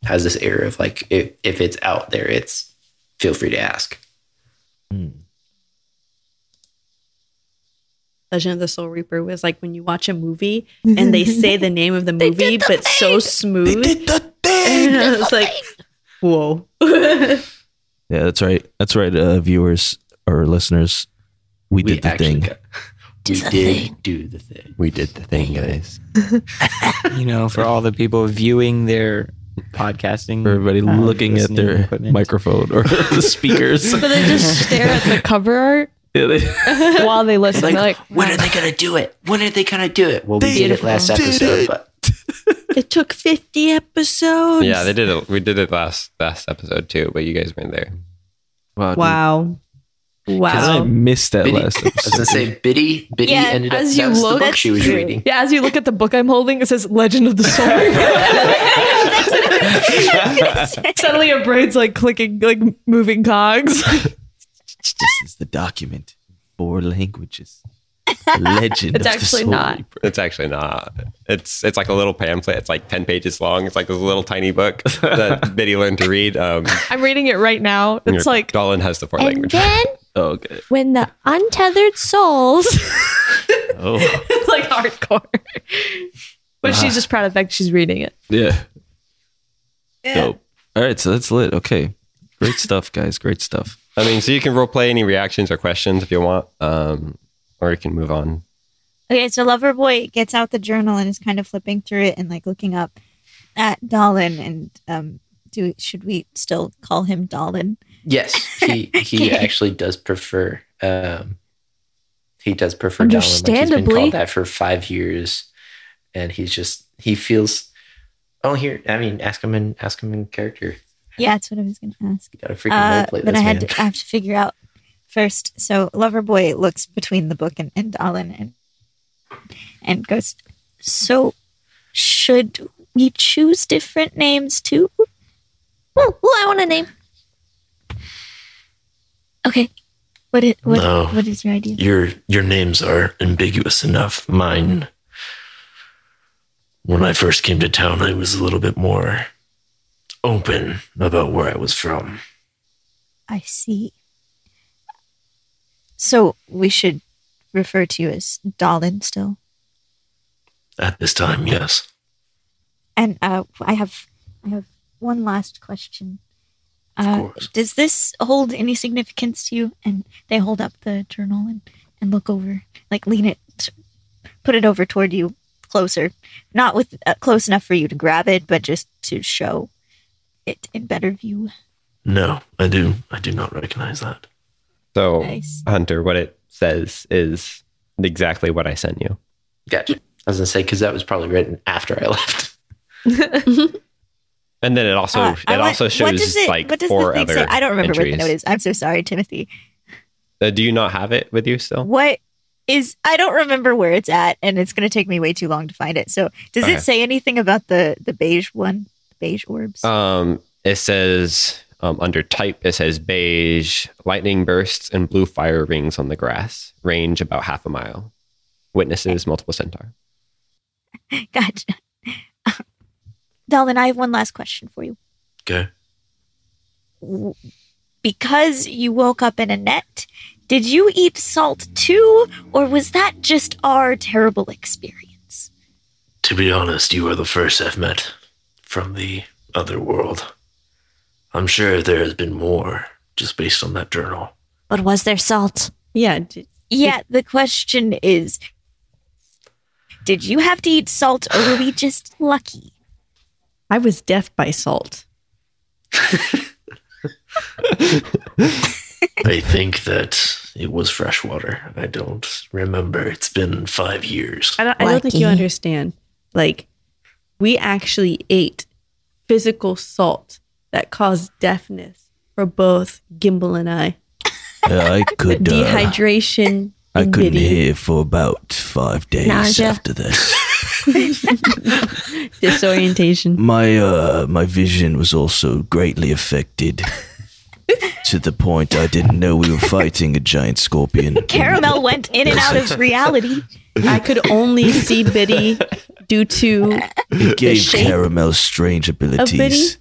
S4: has this air of like if, if it's out there it's feel free to ask
S6: Legend of the Soul Reaper was like when you watch a movie and they say the name of the movie, but so smooth. And I was like, whoa.
S5: Yeah, that's right. That's right, uh, viewers or listeners. We, did the
S4: actually
S5: thing.
S4: got- we did do the thing
S1: We did the thing, guys.
S9: you know, for all the people viewing their podcasting,
S5: For everybody
S9: uh,
S5: looking at
S9: listening
S5: their
S9: equipment.
S5: microphone or the speakers.
S3: But they just stare at the cover art
S5: Yeah, they-
S3: while they listen.
S4: like,
S3: They're like,
S4: when are they gonna do it when are they gonna do it well we did it last episode but
S6: It took 50 episodes.
S8: Yeah, they did it. We did it last last episode too, but you guys weren't there.
S5: wow. dude.
S6: Wow.
S5: I
S6: Wow.
S5: missed that
S4: Um, Biddy, i
S5: last
S4: was gonna
S5: episode.
S4: say biddy biddy
S10: Yeah,
S4: ended up
S3: as
S4: as
S3: you look-
S4: the book she was
S10: that's-
S4: reading
S3: yeah, as you look at the book I'm holding, it says Legend of the Soul Reaper. Suddenly your brain's like clicking, like moving cogs.
S9: This is the document. Four languages. The Legend.
S3: It's
S9: of the
S3: actually
S9: Soul
S3: not.
S9: Reaper.
S8: It's actually not. It's it's like a little pamphlet. It's like ten pages long. It's like this little tiny book that Biddy learned to read. Um,
S3: I'm reading it right now. It's like
S8: Dolan has the four
S10: And
S8: language.
S10: then
S5: Oh, okay.
S10: when the untethered souls
S5: Oh,
S3: it's like hardcore. But she's just proud of the fact she's reading it.
S5: yeah. Dope. All right, so that's lit. Okay. Great stuff, guys. Great stuff.
S8: I mean, so you can role play any reactions or questions if you want, um, or you can move on.
S10: Okay, so Loverboy gets out the journal and is kind of flipping through it and like looking up at Dalin and um do should we still call him Dalin?
S4: yes he he actually does prefer um he does prefer Donald. Like he's been
S3: Understandably.
S4: called that for five years, and he's just he feels. Oh, here. I mean, ask him in ask him in character.
S10: Yeah, that's what I was gonna ask.
S4: You gotta freaking
S10: Uh,
S4: roleplay
S10: but
S4: this
S10: I had
S4: man.
S10: to I have to figure out first. So Loverboy looks between the book and, and Dalin and and goes, So should we choose different names too? Oh, oh I want a name. Okay. What is what,
S2: No.
S10: what is your idea?
S2: Your your names are ambiguous enough. Mine. When I first came to town, I was a little bit more open about where I was from.
S10: I see. So we should refer to you as Dalin still.
S2: At this time, yes.
S10: And uh, I have, I have one last question.
S2: Of
S10: Uh,
S2: course.
S10: does this hold any significance to you? And they hold up the journal and, and look over, like lean it, t- put it over toward you, closer, not with uh, close enough for you to grab it, but just to show it in better view.
S2: No, I do. I do not recognize that.
S8: So,
S10: Nice.
S8: Hunter, what it says is exactly what I sent you.
S4: Gotcha. I was gonna say because that was probably written after I left.
S8: And then it also
S10: Uh,
S8: it
S10: I want-
S8: also shows
S10: what does it,
S8: like
S10: what does
S8: four
S10: the thing
S8: other.
S10: say? I don't remember
S8: entries.
S10: what the note is. I'm so sorry, Timothy.
S8: Uh, do you not have it with you still?
S10: What is? I don't remember where it's at, and it's going to take me way too long to find it. So, does
S8: Okay.
S10: it say anything about the the beige one, the beige orbs?
S8: Um, it says um, under type, it says beige, lightning bursts and blue fire rings on the grass, range about half a mile. Witnesses, multiple centaur.
S10: gotcha. Dalin, I have one last question for you.
S2: Okay.
S10: W- Because you woke up in a net, did you eat salt too, or was that just our terrible experience?
S2: To be honest, you are the first I've met from the other world. I'm sure there has been more just based on that journal.
S10: But was there salt?
S6: Yeah. d-
S10: Yeah, the question is Did you have to eat salt or were we just lucky?
S6: I was deaf by salt.
S2: I think that it was freshwater. I don't remember. It's been five years.
S6: I don't, I don't think you
S10: Lucky.
S6: understand. Like, we actually ate physical salt that caused deafness for both Gimbal and I.
S7: I
S6: The
S7: could. Uh,
S6: dehydration.
S7: I couldn't
S6: admitting-
S7: hear for about five days
S10: Nausea.
S7: after this.
S6: disorientation.
S7: My uh, my vision was also greatly affected. To the point I didn't know we were fighting a giant scorpion.
S10: Caramel went in and out of reality.
S6: I could only see Biddy due to
S7: It gave
S6: shape
S7: Caramel strange abilities.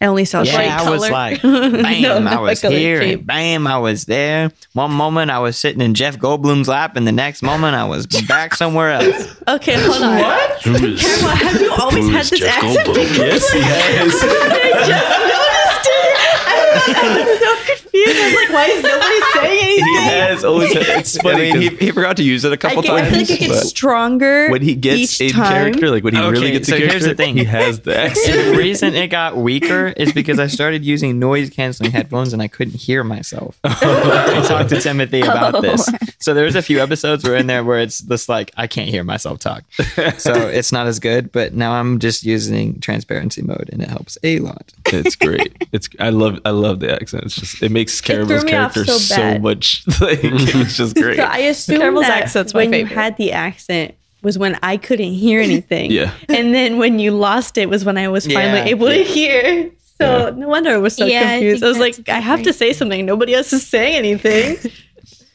S6: I only saw
S9: Yeah,
S6: bright
S9: I
S6: color.
S9: was like, bam, I
S3: not
S9: was
S3: like a
S9: here
S3: shape.
S9: and bam, I was there. One moment I was sitting in Jeff Goldblum's lap, and the next moment I was back somewhere else.
S6: okay, hold on. What?
S2: Who is-
S6: have you always
S2: who
S6: had
S2: is
S6: this
S2: Jeff
S6: accent?
S2: Goldblum?
S5: Yes, he has.
S6: confused. I was like, why is nobody saying anything?
S5: He has always. oh, It's funny.
S8: I mean,
S5: 'cause
S8: he, he forgot to use it a
S6: I,
S8: couple
S6: get, I
S8: times.
S6: feel like it gets
S8: but-
S6: stronger
S5: when he gets
S6: each
S5: in
S6: time.
S5: character, like when he really
S9: Okay,
S5: gets
S9: so
S5: in
S9: here's
S5: character,
S9: the thing.
S5: he has the accent.
S9: the reason it got weaker is because I started using noise canceling headphones and I couldn't hear myself. I talked to Timothy about this.
S6: Oh.
S9: So there's a few episodes where in there where it's just like I can't hear myself talk. So it's not as good, but now I'm just using transparency mode and it helps a lot.
S5: It's great. It's I love I love the accent. It's just it makes Caramel's
S6: me off
S5: character
S6: so
S5: so,
S6: bad.
S5: much like it's just great.
S6: So I assume
S3: Carol's
S6: that
S3: accent's my
S6: when you
S3: favorite.
S6: had the accent was when I couldn't hear anything.
S5: Yeah.
S6: And then when you lost it was when I was finally
S9: Yeah,
S6: able to hear. So no wonder I was so
S10: Yeah, I
S6: confused.
S10: think
S6: I, was
S10: that's
S6: like, I have to
S10: different.
S6: say something. Nobody else is saying anything.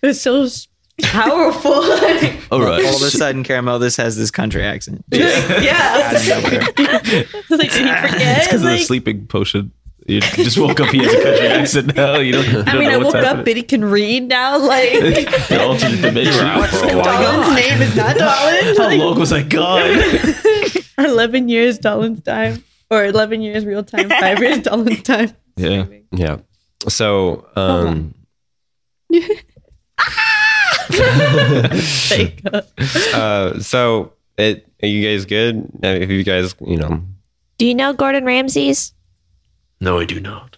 S6: it was so s- powerful.
S7: All right.
S9: All of a
S7: so-
S9: sudden, Caramel this has this country accent.
S6: yeah.
S9: Out of nowhere.
S6: I was like, did he
S5: It's
S6: forget?
S5: because of the
S6: Like,
S5: sleeping potion. You just woke up. He has a country accent now. You don't. You don't
S6: I mean,
S5: know
S6: I
S5: what's
S6: woke up
S5: happening.
S6: and he can read now. Like,
S5: the alternate dimension. Oh.
S6: Dolan's name is not Dolan.
S5: How
S6: Like,
S5: long was I gone?
S6: 11 years Dolan's time. Or 11 years real time, five years Dolan's time.
S5: Yeah.
S8: Yeah. So, um,
S6: Thank God.
S8: uh, so it, are you guys good? Uh, If you guys, you know,
S10: Do you know Gordon Ramsay's?
S2: No, I do not.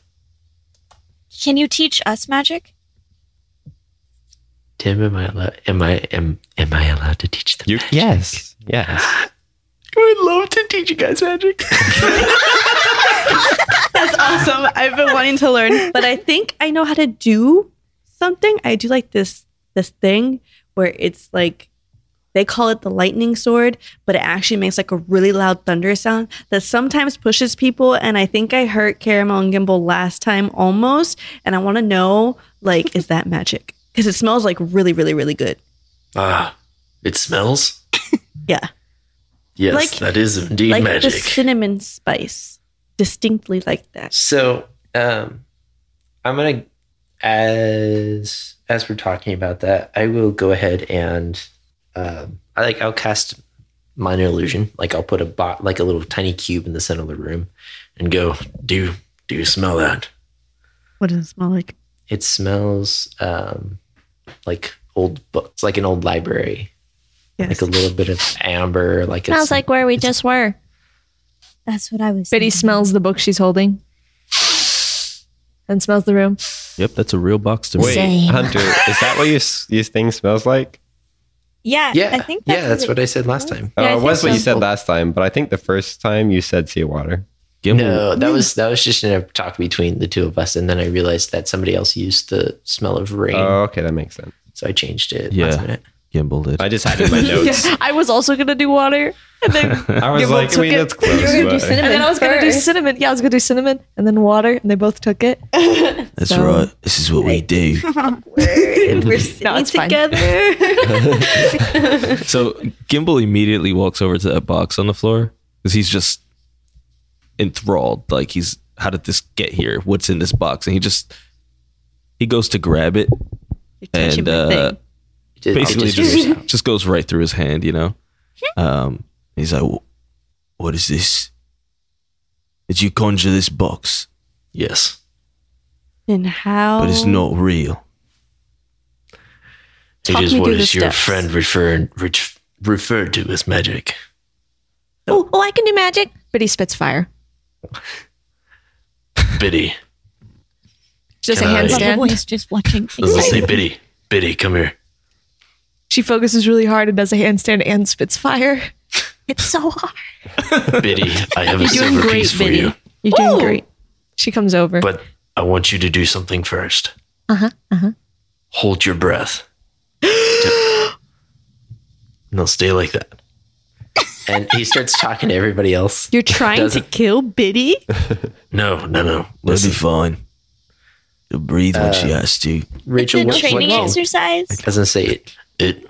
S10: Can you teach us magic?
S4: Tim, am I allowed? Am I am am I allowed to teach them?
S8: you, yes, yes.
S4: I would love to teach you guys magic.
S6: That's awesome. I've been wanting to learn, but I think I know how to do something. I do like this this thing where it's like they call it the lightning sword, but it actually makes like a really loud thunder sound that sometimes pushes people. And I think I hurt Caramel and Gimbal last time almost. And I want to know like, is that magic? Because it smells like really, really, really good.
S2: Ah, it smells?
S6: Yeah.
S2: Yes,
S6: Like-
S2: that is indeed
S6: like the
S2: magic.
S6: cinnamon spice, distinctly like that.
S4: So, um, I'm gonna as as we're talking about that, I will go ahead and um, I like I'll cast minor illusion. Like I'll put a bot, like a little tiny cube in the center of the room, and go.
S2: do, you- do you smell that?
S6: What does it smell like?
S4: It smells um, like old books, like an old library, like a little bit of amber, like
S10: Smells
S4: it's
S10: like where we just were. That's what I was.
S3: Biddy
S10: thinking.
S3: smells the book she's holding and smells the room.
S7: Yep, that's a real box to
S8: Wait,
S7: me.
S10: Same.
S8: Hunter, is that what your, s- your thing smells like?
S10: Yeah,
S4: Yeah,
S10: I think that's
S4: yeah, that's what I said last time.
S8: Oh,
S3: Yeah, I
S8: it
S3: think
S8: was what you
S3: so.
S8: said last time, but I think the first time you said seawater.
S7: Gimble,
S4: No, that was that was just in a talk between the two of us, and then I realized that somebody else used the smell of rain,
S8: Oh, okay, that makes sense.
S4: so I changed it.
S7: Yeah.
S4: last minute.
S7: Gimble did.
S8: I just had it in my notes.
S3: Yeah, I was also gonna do water, and then
S8: I was
S3: Gimble
S8: like, I
S3: took
S8: mean,
S3: it.
S8: that's close.
S6: You're gonna do
S8: but-
S6: cinnamon.
S3: and then I was gonna do
S6: first.
S3: cinnamon. Yeah, I was gonna do cinnamon, and then water, and they both took it.
S7: That's
S3: So-
S7: right. This is what we do.
S6: We're
S3: No,
S6: sitting
S3: it's fine.
S6: together.
S5: So Gimbal immediately walks over to that box on the floor because he's just enthralled. Like he's, how did this get here? What's in this box? And he just he goes to grab it
S6: You're touching
S5: and
S6: my
S5: uh,
S6: thing.
S4: You did-
S5: basically
S4: you did yours.
S5: just, just goes right through his hand. You know,
S7: Um, he's like, "Wh- "What is this? Did you conjure this box?
S2: Yes.
S6: and how?
S7: But it's not real.
S6: Talk
S2: it is
S6: me
S2: what
S6: through the
S2: is your
S6: steps.
S2: friend referred ret- referred to as magic.
S3: Oh, oh, I can do magic. But he spits fire.
S2: Biddy.
S3: Just
S2: Can
S3: a
S2: I-
S10: Love the
S3: handstand.
S10: voice just watching.
S2: Does it say Biddy? Biddy, come here.
S3: She focuses really hard and does a handstand and spits fire.
S10: It's so hard.
S2: Biddy, I have a
S6: You're doing
S2: silver
S6: great,
S2: piece for
S6: Biddy.
S2: you.
S3: You're doing
S6: Ooh.
S3: great. She comes over.
S2: But I want you to do something first. Uh huh. Uh huh.
S10: Uh-huh,
S2: Hold your breath. no, stay like that.
S4: and he starts talking to everybody else.
S6: You're trying to kill Biddy?
S2: No, no, no.
S7: That'll
S2: Listen.
S7: be fine. She'll breathe when she has to.
S10: It's a
S4: Uh, Rachel, what,
S10: training
S4: what-
S10: exercise.
S4: it doesn't say it.
S2: It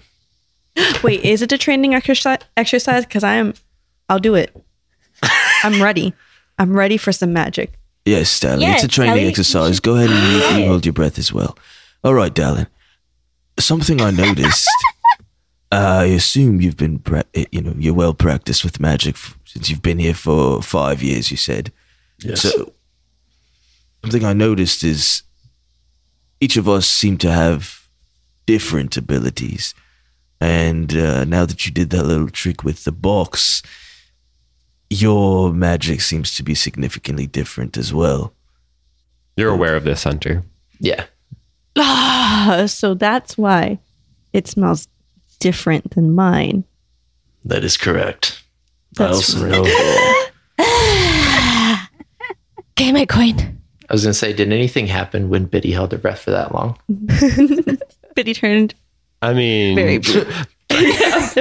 S6: Wait, is it a training exerci- exercise? Because I am, I'll do it. I'm ready. I'm ready for some magic.
S7: Yes, Stalin. it's a
S10: Yes,
S7: training
S10: Stalin, you
S7: exercise.
S10: should
S7: Go ahead and you
S10: try
S7: can
S10: it.
S7: hold your breath as well. All right, darling. Something I noticed. I assume you've been, pra- eh, you know, you're well practiced with magic f- since you've been here for five years. You said.
S2: yes.
S7: So, something I noticed is each of us seem to have different abilities. And uh, now that you did that little trick with the box, your magic seems to be significantly different as well.
S8: You're aware of this, Hunter.
S4: Yeah,
S6: Ah, so that's why it smells different than mine.
S2: that is correct. I
S6: That's
S2: also know
S3: Damn it, Queen.
S4: I was gonna say, did anything happen when Biddy held her breath for that long?
S6: Biddy turned.
S8: I mean,
S3: Very
S8: that's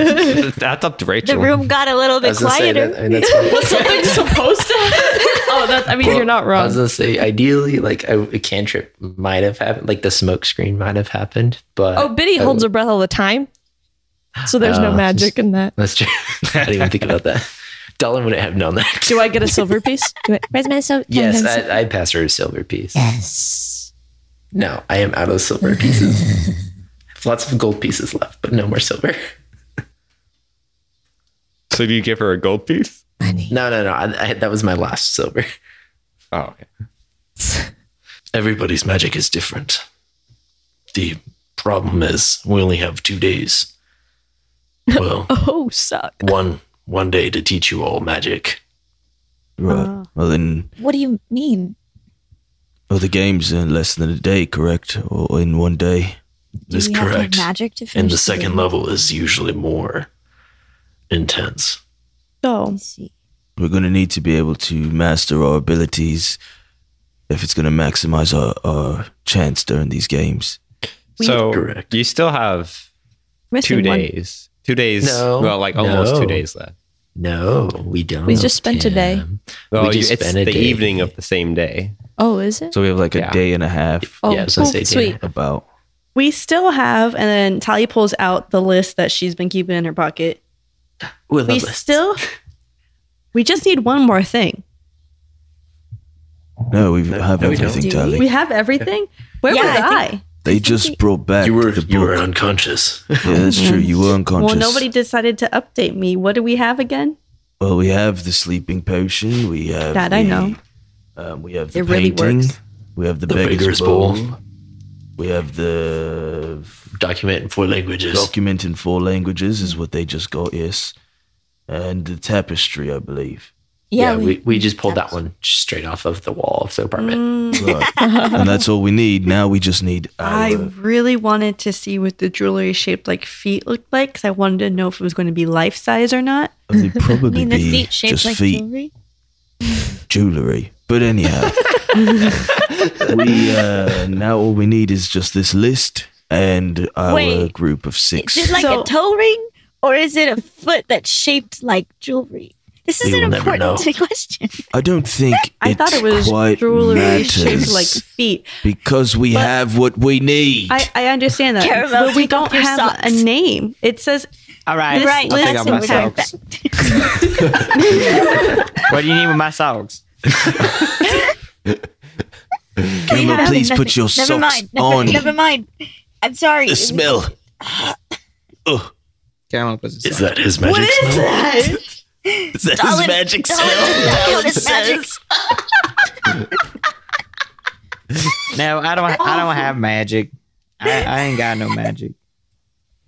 S8: up to
S10: The
S8: Rachel.
S10: room got a little
S4: I
S10: bit
S4: was gonna say that.
S10: quieter.
S4: I mean, that's what-
S3: Something's supposed to happen. Oh, that's, I mean, you're not
S4: I was
S3: wrong.
S4: gonna say, ideally, like a, a cantrip might have happened, like the smoke screen might have happened, but
S3: Oh, Biddy
S4: I-
S3: holds her breath all the time. So there's no
S4: Oh,
S3: magic in that.
S4: That's true. I didn't even think about that. Dolan wouldn't have known that.
S3: Do I get a silver piece? Do I,
S10: Where's my soap?
S4: Yes, I, I pass her a silver piece.
S10: Yes.
S4: No, I am out of silver pieces. I have lots of gold pieces left, but no more silver.
S8: So do you give her a gold piece?
S4: No, no, no. I, I, that was my last silver.
S8: Oh, okay.
S2: everybody's magic is different. The problem is we only have two days. Well,
S3: oh,
S10: Uh,
S3: suck.
S2: one one day to teach you all magic.
S7: Right.
S6: Ah.
S7: well, then,
S10: What do you mean?
S7: well, Oh, the game's in less than a day, correct? Or in one day?
S10: Do
S2: That's
S10: we have to have
S2: correct.
S10: magic to finish
S2: And the
S10: the
S2: second
S10: game?
S2: level is usually more intense.
S6: So,
S10: Let's see.
S7: We're going to need to be able to master our abilities if it's going to maximize our, our chance during these games.
S8: so
S2: Correct.
S8: you still have
S6: missing
S8: two
S6: one.
S8: days. Two days.
S4: No.
S8: Well, like almost
S4: No.
S8: two days left.
S4: No, we don't.
S3: We just spent a day.
S4: Tim.
S8: Well, you,
S4: just
S8: it's
S4: spent a
S8: the
S4: day.
S8: evening of the same day.
S3: Oh, is it?
S7: So we have like a day and a half
S3: Oh,
S4: yeah, I was gonna
S3: cool.
S4: say day.
S3: sweet.
S7: about.
S6: We still have, and then Tali pulls out the list that she's been keeping in her pocket.
S4: Ooh, I love
S6: We
S4: lists.
S6: still, we just need one more thing.
S7: No, we have
S4: no, we don't.
S7: everything,
S10: Do we?
S7: Darling.
S6: We have everything. Where
S10: Yeah,
S6: was
S10: I
S6: I?
S7: They just brought back
S2: You were
S7: the book.
S2: you were unconscious.
S7: yeah, that's true. You were unconscious.
S6: Well, nobody decided to update me. What do we have again?
S7: Well, we have the sleeping potion. We have
S6: That
S7: the,
S6: I know.
S7: Um, we have the
S6: It really
S7: painting.
S6: works.
S7: We have the,
S2: The
S7: beggar's,
S2: Beggar's
S7: bowl.
S2: Bowl.
S7: We have the
S2: Document in four languages.
S7: document in four languages. Is what they just got. Yes, and the tapestry, I believe.
S10: Yeah,
S4: we,
S10: we-
S4: we, just pulled that one straight off of the wall of the apartment.
S7: Mm. Right. and that's all we need. Now we just need our, uh,
S6: I really wanted to see what the jewelry shaped like feet looked like because I wanted to know if it was going to be life size or not.
S7: they
S10: I
S7: probably
S10: mean, the
S7: be
S10: feet shaped
S7: just
S10: like
S7: feet
S10: jewelry.
S7: jewelry. But anyhow, we uh, now all we need is just this list and our
S10: Wait.
S7: group of six.
S10: Is it like
S6: So-
S10: a toe ring or is it a foot that's shaped like jewelry? This is
S2: We will
S10: an
S2: never
S10: important question.
S7: I don't think
S6: I
S7: it,
S6: thought it was
S7: quite
S6: jewelry shaped
S7: matters
S6: like feet.
S7: because we
S6: but-
S7: have what we need.
S6: I, I understand that,
S10: Caramel,
S6: but we
S10: take off
S6: don't
S10: your
S6: have
S10: socks.
S6: a name. It says
S9: All right.
S6: This
S10: Right,
S9: I'll take
S10: that's
S9: out
S10: a
S9: my
S10: weird
S9: socks.
S10: fact.
S9: What do you need with my socks?
S10: We
S7: Camera,
S10: have
S7: please
S10: nothing.
S7: put your
S10: never
S7: socks
S10: mind, never,
S7: on.
S10: Never mind. I'm sorry.
S7: the smell.
S9: Caramel puts his
S2: Is
S9: socks.
S2: that his magic smell?
S7: Is that
S10: Solid-
S7: his magic
S10: solid
S7: smell?
S10: smell is magic.
S9: No, I don't. I don't have magic. I, I ain't got no magic.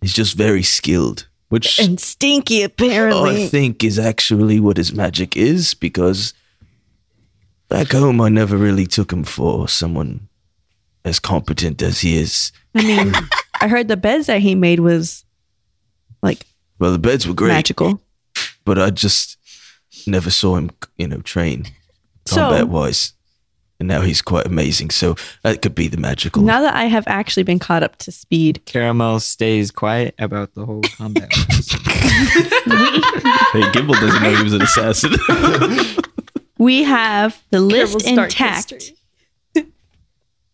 S7: He's just very skilled, which
S6: and stinky apparently.
S7: I think is actually what his magic is because back home I never really took him for someone as competent as he is.
S6: I mean, I heard the beds that he made was like
S7: Well, the beds were great,
S6: magical.
S7: but I just never saw him, you know, train
S6: So-
S7: combat wise. And now he's quite amazing. So that could be the magical.
S6: Now that I have actually been caught up to speed,
S9: Caramel stays quiet about the whole combat.
S5: Hey, Gimble doesn't know he was an assassin.
S6: we have the list
S3: Caribou's dark
S6: intact.
S3: history.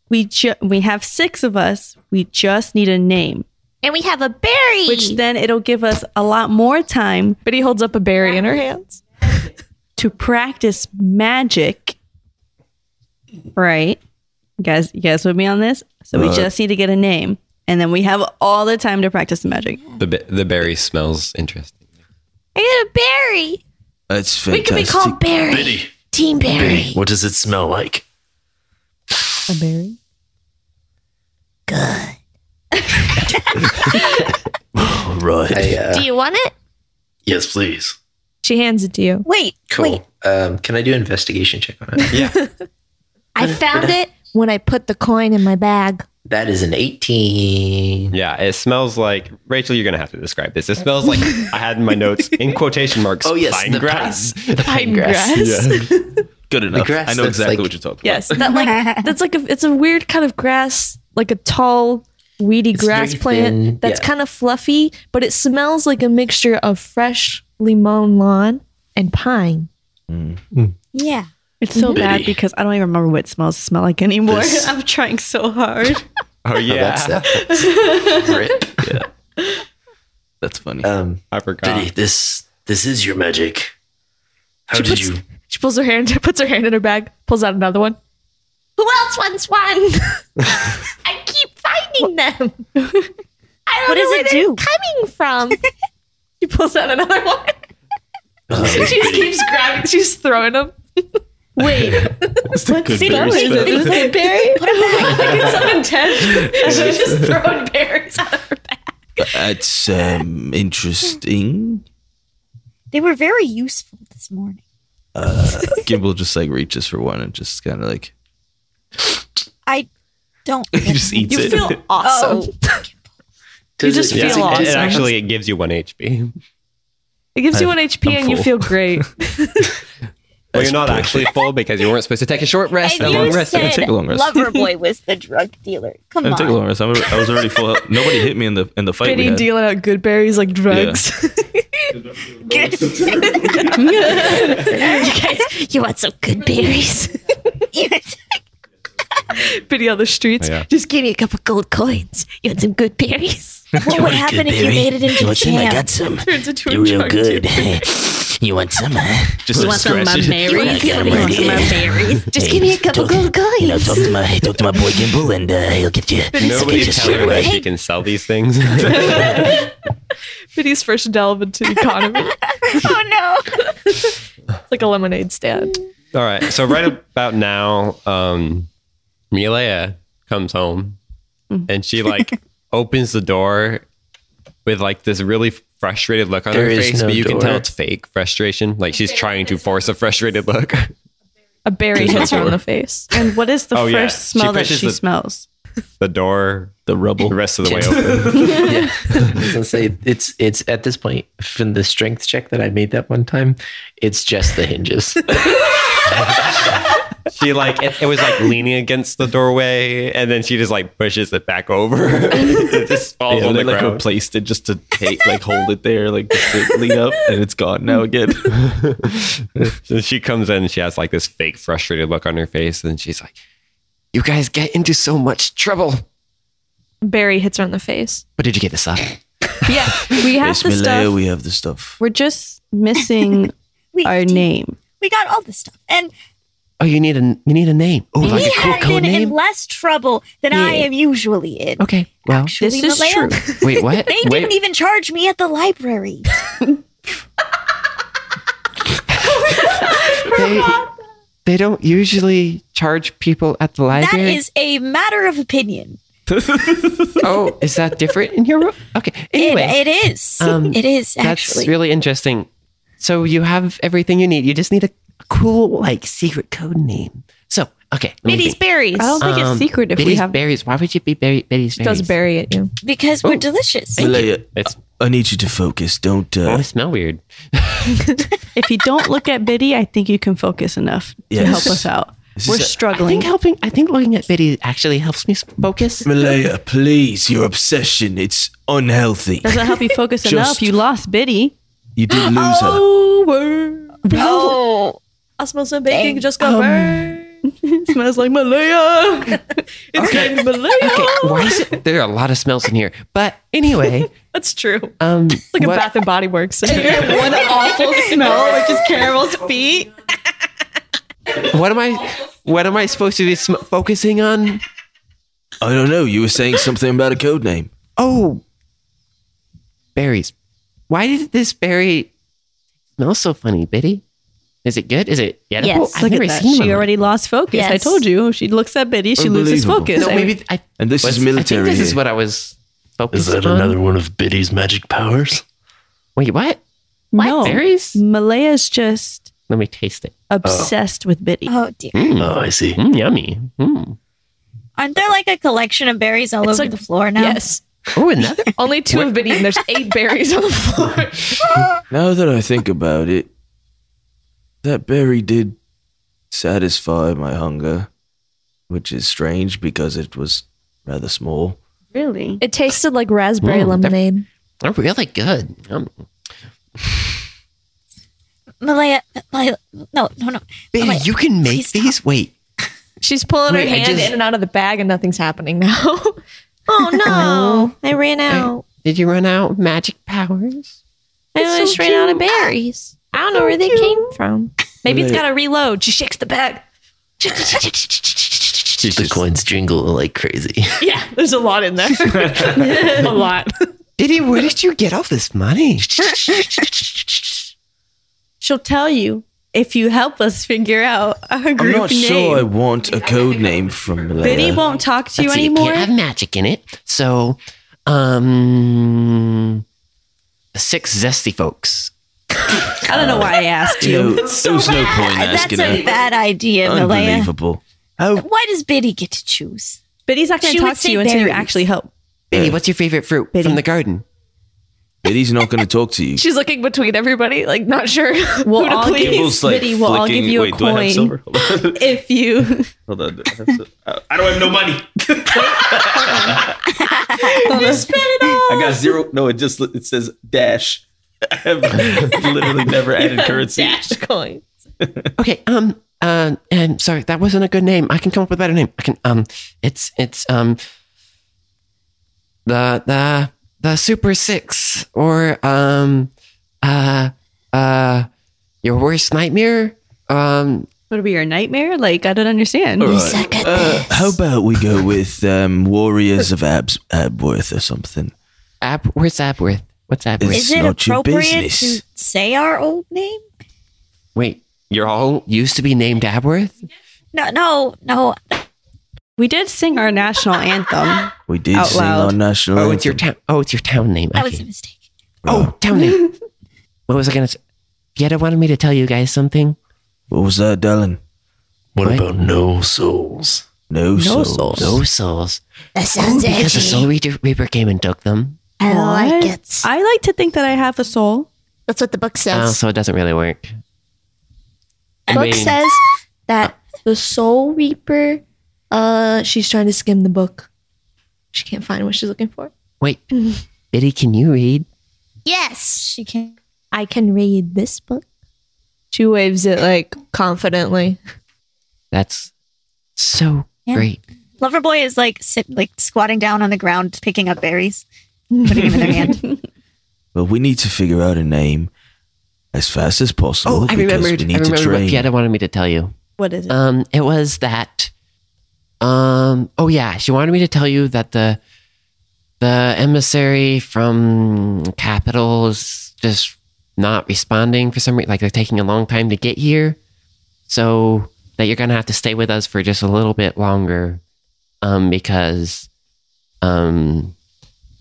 S6: We ju- we have six of us. We just need a name,
S10: And we have a berry.
S6: which then it'll give us a lot more time
S3: But he holds up a berry in her hands.
S6: to practice magic. Right? You guys, you guys with me on this? So we
S7: Uh,
S6: just need to get a name. And then we have all the time to practice magic.
S8: The be- the berry smells interesting.
S10: I got a berry.
S7: That's
S10: We
S7: fantastic.
S10: could be called Berry.
S2: Biddy,
S10: Team Berry.
S2: Biddy, what does it smell like?
S3: A berry?
S2: All right.
S4: I, uh,
S10: Do you want it?
S2: yes, please.
S3: She hands it to you.
S10: Wait, wait.
S4: cool. Um, can I do an investigation check on it?
S10: I found it when I put the coin in my bag.
S4: that is an 18.
S8: Yeah, it smells like Rachel. You're gonna have to describe this. It smells like I had in my notes in quotation marks.
S4: Oh, yes,
S8: pine
S4: the
S8: grass.
S4: The pine grass.
S5: Good enough.
S4: grass
S5: I know
S4: that's
S5: exactly
S4: like-
S5: what you're talking
S3: Yes, that like that's like a it's a weird kind of grass, like a tall weedy
S4: It's
S3: grass
S4: very
S3: plant
S4: thin,
S3: that's
S4: yeah.
S3: kind of fluffy, but it smells like a mixture of freshly mown lawn and pine.
S10: Yeah.
S6: It's so bad
S2: Biddy.
S6: because I don't even remember what smells smell like anymore.
S4: This-
S6: I'm trying so hard.
S8: Oh yeah,
S4: That's that. Rip.
S7: That's funny.
S4: Um,
S8: I forgot.
S2: Biddy, this this is your magic. How
S3: She
S2: did
S3: puts-
S2: you?
S3: She pulls her hand, puts her hand in her bag, pulls out another one.
S10: Who else wants one? I keep finding them. I don't know where they're coming from.
S3: She pulls out another one.
S2: Um,
S3: she just
S2: Biddy,
S3: keeps grabbing. She's throwing them. Wait,
S5: about. Good
S3: that
S5: berry
S3: was
S5: smell.
S3: is it berry? like it's unintentional. She's just throwing berries out of her bag.
S7: That's um, interesting.
S10: They were very useful this morning.
S7: Gimble Uh, just like reaches for one and just kind of like
S10: I don't.
S5: He just eats
S3: You
S5: it.
S3: feel awesome.
S10: Oh.
S4: does
S3: just
S4: does
S3: feel
S4: do
S3: awesome.
S8: It
S4: something?
S8: actually it gives you one HP.
S3: It gives you
S8: I'm-
S3: one HP
S8: I'm
S3: and you
S8: full.
S3: feel great.
S8: Well, you're not actually full because you weren't supposed to take a short rest.
S10: And
S8: That
S10: you
S8: long rest.
S10: said
S7: take a long rest.
S10: Loverboy was the drug dealer. Come
S7: I take a
S10: on.
S7: long rest. I'm, I was already full. Up. Nobody hit me in the in the fight. We
S3: Biddy
S7: had.
S3: dealing out good berries like drugs.
S10: you guys, you want some good berries? You want-
S3: Biddy on the streets.
S8: Yeah.
S10: Just give me a couple gold coins. You want some good berries? What would
S2: a
S10: happen
S2: good
S10: if you
S2: berry?
S10: made it into a
S2: What's in? I
S10: jam?
S2: got some.
S3: Turns into
S2: They're
S3: a
S2: real
S3: drug
S2: good.
S3: dealer.
S2: you want some, huh?
S5: Just like scratch it.
S10: You want some you want some of my berries? Just give me a couple
S2: Talk-
S10: gold coins.
S2: You know, talk to my talk to my boy Gimble, and uh, he'll get you.
S8: Nobody
S2: get you
S8: tell
S2: squared
S8: her
S2: away.
S8: that you can sell these things.
S3: Biddy's first delve into the economy.
S10: oh no.
S3: it's like a lemonade stand.
S8: All right. So right about now, um, Milea comes home and she like opens the door with like this really frustrated look on
S4: There
S8: her
S4: is
S8: face,
S4: no
S8: but you can
S4: door.
S8: tell it's fake frustration. Like she's trying to force a frustrated look.
S3: A berry hits her on the face.
S6: And what is the
S8: Oh,
S6: first
S8: yeah. She
S6: smell that
S8: pushes
S6: she
S8: the-
S6: smells?
S8: the door,
S5: The rubble.
S8: the rest of the way open.
S4: yeah. I was gonna say it's it's at this point from the strength check that I made that one time, it's just the hinges.
S8: She like it, it was like leaning against the doorway, and then she just like pushes it back over. it just falls
S5: Yeah,
S8: on
S5: they
S8: the
S5: like
S8: ground.
S5: replaced it just to take, like hold it there, like just to lean up, and it's gone now again.
S8: so she comes in and she has like this fake frustrated look on her face, and she's like, "You guys get into so much trouble."
S3: Berry hits her on the face.
S1: But did you get this up?
S6: Yeah, we have the
S7: Bismillah,
S6: stuff.
S7: we have the stuff.
S6: We're just missing
S10: We,
S6: our name.
S10: we got all the stuff. And
S1: Oh, you need a you need a name. Oh,
S10: we
S1: like a cool
S10: have
S1: code
S10: been
S1: name.
S10: in less trouble than I
S6: Yeah.
S10: am usually in.
S1: okay. Well,
S10: Actually,
S6: This is
S10: Malaya.
S6: true.
S1: wait, what?
S10: They didn't e-
S1: Wait,
S10: even charge me at the library.
S1: they, they don't usually charge people at the
S10: that
S1: library.
S10: is a matter of opinion.
S1: oh, is that different in Europe? Okay.
S10: It-
S1: Anyway,
S10: it is.
S1: um,
S10: it is
S1: that's
S10: actually.
S1: really interesting. So you have everything you need. You just need a cool, like, secret code name. So, okay. let me
S10: Biddy's
S1: think.
S10: berries.
S6: I don't think
S1: Um,
S6: it's secret if
S1: Biddy's
S6: we have.
S1: berries. Why would you be berry, Biddy's
S3: She
S1: berries?
S3: does berry at you.
S10: because we're delicious.
S7: Malaya,
S8: It's
S7: I need you to focus. Don't.
S1: Oh,
S7: Uh,
S1: I smell weird.
S6: if you don't look at Biddy, I think you can focus enough to
S7: Yes.
S6: help us out.
S7: This
S6: We're
S7: is a-
S1: I
S6: struggling.
S1: think helping. I think looking at Biddy actually helps me focus.
S7: Malaya, please, your obsession. It's unhealthy.
S6: Doesn't help you focus
S7: Just-
S6: enough. You lost Biddy.
S7: You did lose
S2: Oh!
S7: her.
S10: Oh,
S3: I smell some baking. Just got
S1: Um,
S6: smells like Malaya.
S1: Okay. Okay. Why is it? There are a lot of smells in here. But anyway,
S3: That's true.
S1: um,
S3: Like
S1: what-
S3: a Bath and Body Works.
S6: One awful smell,
S3: Oh.
S6: which is Caramel's feet.
S1: what am I? What am I supposed to be sm- focusing on?
S7: I don't know. You were saying something about a code name.
S1: Oh, berries. Why did this berry smell so funny, Biddy? Is it good? Is it edible?
S10: Yes.
S1: I've
S6: Look
S1: never
S6: at that.
S1: seen
S6: She
S1: one.
S6: already lost focus. I
S10: Yes.
S6: told you. She looks at Biddy. She loses
S7: Unbelievable.
S6: focus.
S1: No,
S6: I-
S1: maybe I
S7: And this
S1: was-
S7: is
S1: I
S7: military.
S1: think this is
S7: here.
S1: what I was
S2: Is
S1: focused
S2: that
S1: on.
S2: another one of Biddy's magic powers?
S1: Wait, what?
S6: no.
S1: Berries?
S6: Malaya's just
S1: Let me taste it.
S7: Oh.
S6: Uh, obsessed with Biddy.
S10: oh dear.
S1: Mm,
S2: Oh, I see.
S1: mm, yummy. Mm.
S10: Aren't there like a collection of berries all
S3: It's
S10: over
S3: like-
S10: the floor now?
S3: yes.
S1: Oh, another.
S3: Only two have been eaten. There's eight berries on the floor.
S7: Now that I think about it, that berry did satisfy my hunger, which is strange because it was rather small.
S6: Really?
S3: It tasted like raspberry
S1: Mm,
S3: lemonade.
S1: They're really good. Um,
S10: Malaya, Malaya, no, no, no.
S1: Biddy,
S10: Malaya,
S1: you can make
S10: please stop.
S1: these. Wait,
S3: She's pulling
S1: Wait,
S3: her
S1: I
S3: hand
S1: just-
S3: in and out of the bag, and nothing's happening now.
S10: Oh no, I ran out.
S1: did you run out of magic powers?
S10: I, just ran out of berries. I don't know where they came from.
S3: Maybe it's got to reload. She shakes the bag.
S2: The coins jingle like crazy.
S3: Yeah, there's a lot in there. a lot.
S1: Diddy, where did you get all this money?
S6: She'll tell you if you help us figure out our
S7: I'm
S6: group
S7: not
S6: name.
S7: sure I want a code name from
S6: Biddy
S7: Malaya.
S6: won't talk to you
S1: Let's see,
S6: anymore.
S1: It can't have magic in it. So, um, six zesty folks.
S6: I don't know why I asked
S7: you
S6: you.
S7: know, there was no point in
S10: That's
S7: asking
S10: a
S7: her.
S10: bad idea, Malaya.
S7: Unbelievable. Oh. How
S10: Why does Biddy get to choose?
S6: Biddy's not going
S10: She
S6: to
S10: would
S6: talk to
S10: say
S6: you until you
S10: berries.
S6: actually help.
S1: Biddy, what's your favorite fruit from the garden?
S7: Biddy's not going to talk to you.
S3: She's looking between everybody, like not sure.
S6: We'll
S3: who to
S6: all
S3: please.
S6: give,
S5: Gimble's like
S6: Biddy, we'll all
S5: flicking-
S6: give you a
S5: wait, Do I have
S6: coin
S5: silver? Hold on.
S6: if you.
S5: Hold on. I, have to- I- I don't have no money. I got zero. No, it just it says dash. I have literally never added currency.
S6: coin.
S1: Okay, um, um, um, sorry, that wasn't a good name. I can come up with a better name. I can, um, it's, it's, um, the, the, the Super Six or, um, uh, uh, your worst nightmare. Um,
S6: Would it be your nightmare? Like, I don't understand.
S7: All
S10: Suck
S7: right.
S10: at
S7: Uh, how about we go with um, Warriors of Abs- Abworth or something?
S1: Ab, where's Abworth? What's Abworth?
S7: It's
S10: is it
S7: not your
S10: appropriate to
S7: business.
S10: say our old name?
S1: Wait, you're all used to be named Abworth?
S10: No, no, no.
S6: We did sing our national anthem.
S7: We did
S6: Out
S7: sing
S6: loud.
S7: our national
S1: Oh,
S7: anthem.
S1: it's your town. Oh, it's your town name.
S10: That
S1: Okay.
S10: was a mistake.
S1: Oh, Tony. what was I going to say? Pieta wanted me to tell you guys something.
S7: What was that, Dylan?
S2: What,
S1: What?
S2: about no souls?
S7: No,
S6: No
S7: souls.
S6: souls.
S1: No souls.
S10: That
S7: Oh,
S10: sounds
S1: Oh, Because the Soul Reaper Reaper came and took them.
S10: I don't like
S6: What?
S10: it.
S6: I like to think that I have a soul.
S10: That's what the book
S1: Oh,
S10: says.
S1: so it doesn't really work.
S10: The
S1: I
S10: book
S1: mean-
S10: says that the Soul Reaper.
S3: Uh, she's trying to skim the book. She can't find what she's looking for.
S1: Wait, Biddy, can you read?
S10: Yes, she can. I can read this book.
S3: She waves it like confidently.
S1: That's so
S10: Yeah.
S1: great.
S10: Loverboy is like sit, like squatting down on the ground, picking up berries, putting them in their hand.
S7: But we need to figure out a name as fast as possible.
S1: Oh, I
S7: because
S1: remembered.
S7: We
S1: I
S7: need to
S1: remembered what
S7: train.
S1: Pieta wanted me to tell you.
S6: What is it?
S1: Um, it was that. Um. Oh yeah, she wanted me to tell you that the the emissary from Capital is just not responding for some reason. Like they're taking a long time to get here, so that you're gonna have to stay with us for just a little bit longer, um, because, um,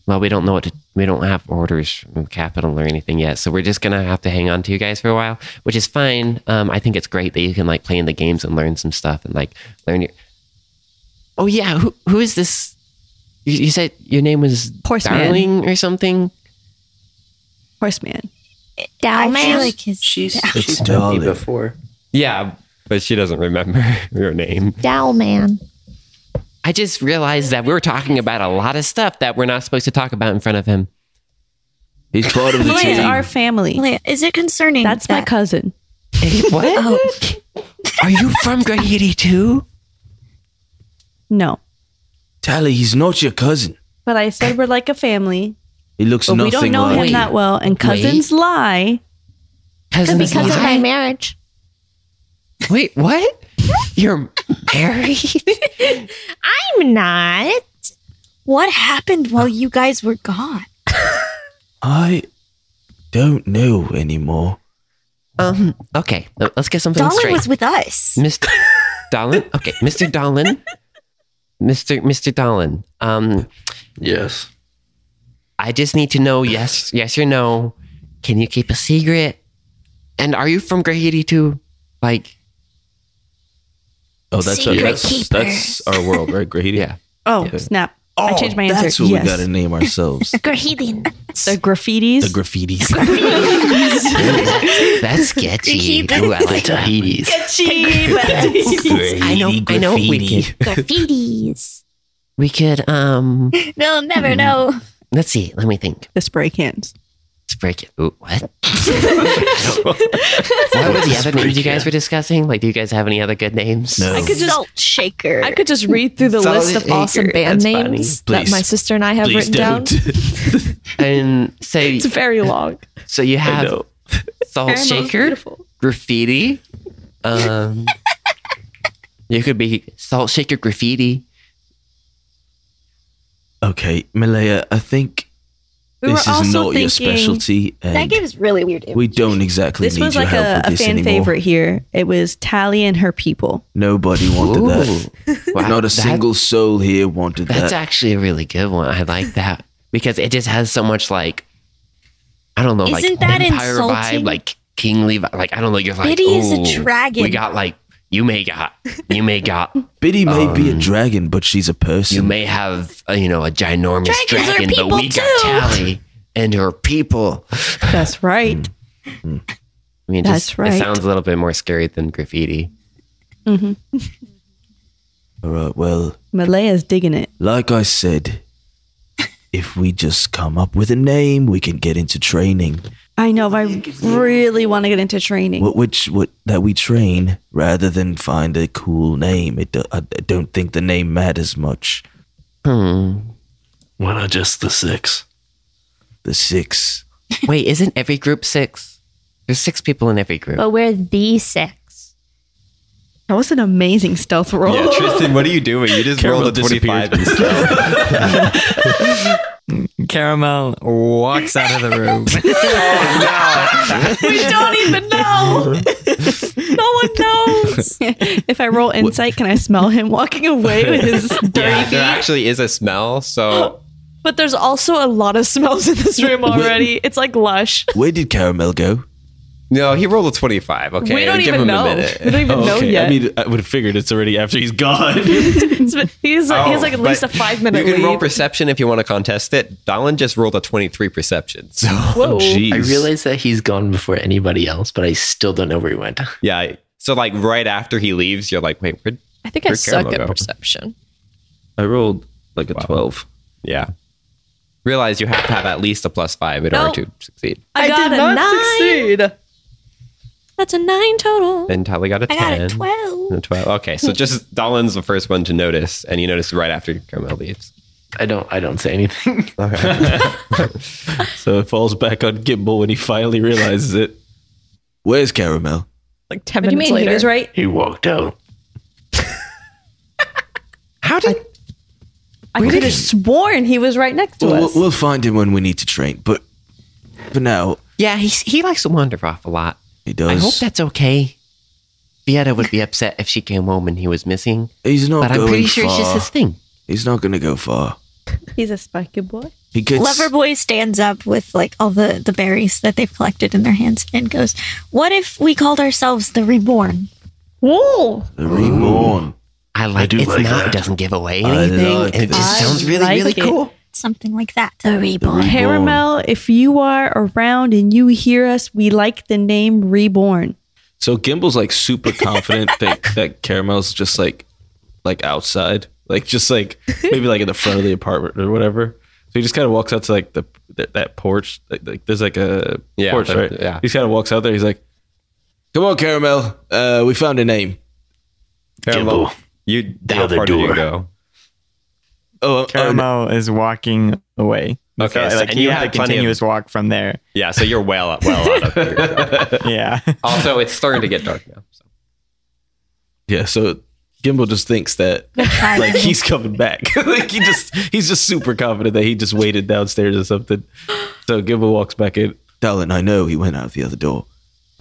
S1: well, we don't know what to, we don't have orders from Capital or anything yet, so we're just gonna have to hang on to you guys for a while which is fine. Um, I think it's great that you can like play in the games and learn some stuff and like learn your. Oh yeah, who who is this? You, you said your name was
S6: Horseman.
S1: Darling or something.
S6: Horseman.
S10: Down
S6: feel
S10: man.
S6: like
S10: she's
S7: It's
S4: She's told me
S7: darling.
S4: before.
S8: Yeah, but she doesn't remember your name.
S10: Dow man.
S1: I just realized that we were talking about a lot of stuff that we're not supposed to talk about in front of him.
S7: He's part of the
S6: Family is
S7: team.
S6: our family.
S10: Leah, Is it concerning?
S6: That's my
S10: that-
S6: cousin.
S1: Hey, what?
S10: Oh.
S1: Are you from Grahiti too?
S6: No.
S7: Tally, he's not your cousin.
S6: But I said we're like a family.
S7: He looks
S6: But
S7: nothing
S6: we don't know
S7: like.
S6: him that well. And cousins lie.
S1: Cousins
S10: because of
S1: lie?
S10: my marriage.
S1: Wait, what? You're married?
S10: I'm not. What happened while you guys were gone?
S7: I don't know anymore.
S1: um. Okay, let- let's get something
S10: Dolly
S1: straight.
S10: was with us.
S1: Mr. Dolan? Okay, Mr. Dolan. Mr. Mr. Dolan. Um,
S2: Yes.
S1: I just need to know yes, yes or no. Can you keep a secret? And are you from Grahiti too? Like,
S7: Oh, that's
S10: Secret
S7: that's
S10: keepers.
S7: that's our world, right? Grahiti.
S1: yeah.
S6: Oh,
S7: Yeah.
S6: snap.
S7: Oh,
S6: I changed my answer.
S7: That's what
S6: Yes.
S7: we gotta name ourselves.
S10: Grahilin.
S6: The graffitis.
S7: the graffitis.
S1: That's sketchy. Ooh, I like Grahitis. I know. I know. We could.
S10: Graffitis.
S1: We could. Um.
S10: They'll
S7: Mm-hmm.
S10: never know.
S1: Let's see. Let me think.
S6: the spray cans.
S1: Let's break it. Ooh, what? what were the other names you guys were discussing? Like, do you guys have any other good names?
S7: No. I could
S3: just-
S10: Salt shaker.
S3: I could just read through the
S1: Solid
S3: list of awesome
S1: acre.
S3: band
S1: That's funny.
S3: names
S7: Please.
S3: that my sister and I have
S7: Please
S3: written
S7: don't.
S3: down.
S1: And so,
S3: It's very long.
S1: so you have Salt Shaker. graffiti. Um, you could be salt shaker graffiti.
S7: okay, Malaya, I think
S6: We
S7: this
S6: were
S7: is
S6: also
S7: not your
S6: thinking-
S7: specialty,
S10: that
S7: and
S10: gives really weird.
S7: we don't exactly
S6: This
S7: need
S6: was
S7: your
S6: like
S7: help
S6: a,
S7: with
S6: a
S7: this
S6: fan
S7: anymore.
S6: favorite here. It was Tally and her people.
S7: Nobody wanted that.
S1: Ooh. Wow,
S7: Not a
S1: that-
S7: single soul here wanted
S1: That's
S7: that.
S1: actually a really good one. I like that because it just has so much like I don't know, like
S10: Isn't that
S1: empire
S10: insulting?
S1: vibe, like kingly vibe. Like I don't know. You're like,
S10: Biddy is a
S1: ooh,
S10: dragon.
S1: We got like you may got you may got
S7: Biddy may be a
S1: Um,
S7: dragon, but she's a person.
S1: you may have uh, you know a ginormous
S10: Dragons are
S1: dragon, but we
S10: people
S1: got
S10: too.
S1: Tally and her people.
S6: That's right.
S1: I mean,
S6: That's
S1: just,
S6: right.
S1: It sounds a little bit more scary than graffiti.
S7: Mm.
S6: hmm
S7: All right, well,
S6: Malaya's digging it.
S7: like I said, if we just come up with a name, we can get into training.
S6: I know. but I really want to get into training.
S7: What, which what that we train rather than find a cool name. It, do- I I don't think the name matters much.
S1: Hmm.
S2: Why not just the six?
S7: The six.
S1: Wait, isn't every group six? There's six people in every group.
S10: But we're the six.
S6: That was an amazing stealth roll.
S8: Yeah, Tristan, what are you doing? You just
S5: Caramel
S8: rolled a 25 and
S9: Caramel walks out of the room.
S8: Oh,
S6: we don't
S9: e-
S6: even know. no one knows. if I roll insight, can I smell him walking away with his dirty
S8: yeah, there
S6: feet?
S8: actually is a smell, so
S3: But there's also a lot of smells in this room already. It's like lush.
S7: Where did caramel go?
S8: No, he rolled a 25. Okay.
S3: we don't
S8: give
S3: even
S8: him
S3: know.
S8: a
S3: We
S8: minute.
S3: don't even
S5: Oh,
S3: know
S5: okay.
S3: yet.
S5: I mean, I would have figured it's already after he's gone.
S3: It's been- he's, like, he's like at
S8: but
S3: least a five
S8: You
S3: minute
S8: can roll
S3: lead.
S8: perception if you want to contest it. Dolan just rolled a 23 perception. So,
S3: Whoa.
S5: Jeez.
S2: I realize that he's gone before anybody else, but I still don't know where he went.
S8: yeah. So, like, right after he leaves, you're like, wait, where
S3: I think I
S8: Where'd
S3: suck
S8: Caramel
S3: at
S8: go?
S3: perception.
S5: I rolled like a 12.
S8: Yeah. Realize you have to have at least a plus five in
S6: No.
S8: order to succeed.
S6: I, got a nine.
S10: That's a nine total.
S8: Then Tally got a
S10: I got
S8: 10.
S10: a 12.
S8: and a 12. Okay, so just Dolan's the first one to notice, and you notice right after Carmel leaves.
S2: I don't. I don't say anything.
S5: So it falls back on Gimbal when he finally realizes it.
S7: Where's caramel?
S3: Like 10
S6: What do you
S3: minutes
S6: mean?
S3: later.
S6: He was right.
S2: he walked out.
S8: How did.
S6: I could have sworn he was right next to
S7: Well, we'll,
S6: us.
S7: we'll find him when we need to train. But for now,
S1: Yeah, he he likes to wander off a lot.
S7: he does.
S1: I hope that's okay. Vieta would be upset if she came home and he was missing,
S7: he's not
S1: but
S7: going
S1: I'm pretty sure it's
S7: far.
S1: just his thing.
S7: He's not going to go far.
S6: He's a spiky boy.
S7: He gets
S10: Loverboy stands up with like all the, the berries that they've collected in their hands and goes, What if we called ourselves the Reborn?
S6: Whoa!
S7: the reborn.
S1: I like
S2: do
S1: it's
S2: like
S1: not
S2: that.
S1: doesn't give away anything,
S7: like
S1: and it just
S7: that.
S1: sounds really
S6: I
S1: really
S6: like it.
S1: cool.
S10: Something like that. The Reborn.
S7: Reborn.
S6: Caramel, if you are around and you hear us, we like the name Reborn.
S5: So Gimbal's like super confident that, that Caramel's just like like outside, like just like maybe like in the front of the apartment or whatever. So he just kind of walks out to like the that, that porch. Like, like there's like a
S8: Yeah,
S5: porch,
S8: that-
S5: right?
S8: yeah.
S5: He kind of walks out there. He's like,
S7: Come on, caramel. Uh, we found a name.
S8: Caramel,
S2: Gimble.
S8: you,
S2: The
S8: how
S2: other
S8: far did you
S2: door.
S8: go?
S7: Oh, oh, no.
S9: Caramel is walking away.
S8: Okay,
S9: So,
S8: so-
S9: like
S8: and
S9: he
S8: you
S9: had a
S8: had plenty of-
S9: continuous walk from there.
S8: Yeah, so you're well, well out of here.
S9: Yeah.
S8: also, it's starting to get dark now. So.
S5: yeah. So Gimbal just thinks that like he's coming back. like he just he's just super confident that he just waited downstairs or something. So Gimbal walks back in.
S7: Dallin, I know he went out the other door.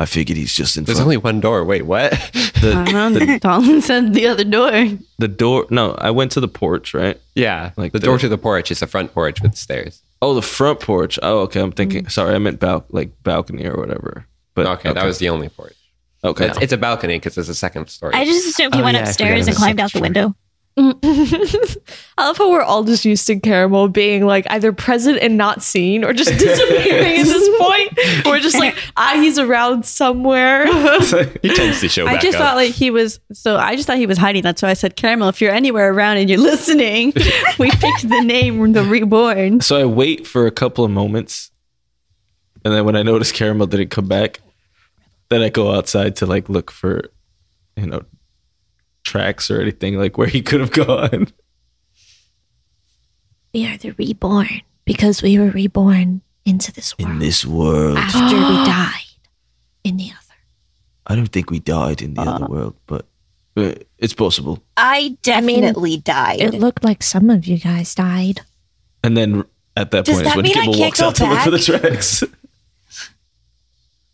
S7: I figured he's just in
S8: There's
S7: front.
S8: only one door. Wait, what?
S5: The,
S6: Uh-huh.
S5: the,
S6: Tom said the other door.
S5: the door. No, I went to the porch, right?
S8: yeah,
S5: Like
S8: like the
S5: the-
S8: door to the porch is the front porch with stairs.
S5: Oh, the front porch. Oh, okay. I'm thinking. Sorry, I meant bal- like balcony or whatever. But
S8: okay, that was the only porch.
S5: okay.
S8: It's, it's a balcony because it's a second story.
S10: I just assumed he
S1: Oh,
S10: went
S1: yeah, I
S10: upstairs
S1: forgot
S10: and
S1: about
S10: climbed
S1: that.
S10: out the window.
S3: I love how we're all just used to Caramel being like either present and not seen or just disappearing at this point. We're just like, ah, he's around somewhere.
S8: he tends to show
S6: I
S8: back
S6: just
S8: up.
S6: thought like he was. So I just thought he was hiding. That's why I said Caramel. If you're anywhere around and you're listening, we picked the name the Reborn.
S5: So I wait for a couple of moments, and then when I notice caramel didn't come back, then I go outside to like look for, you know, tracks or anything like where he could have gone.
S10: We are the Reborn because we were reborn into this
S7: in
S10: world
S7: this world.
S10: after we died in the other.
S7: I don't think we died in the other
S10: Uh.
S7: world, but, but it's possible.
S10: I definitely died.
S3: It looked like some of you guys died.
S5: And then at that
S10: Does
S5: point
S10: that
S5: is when
S10: mean I
S5: Gimble
S10: can't
S5: walks
S10: go
S5: out to look for the tracks.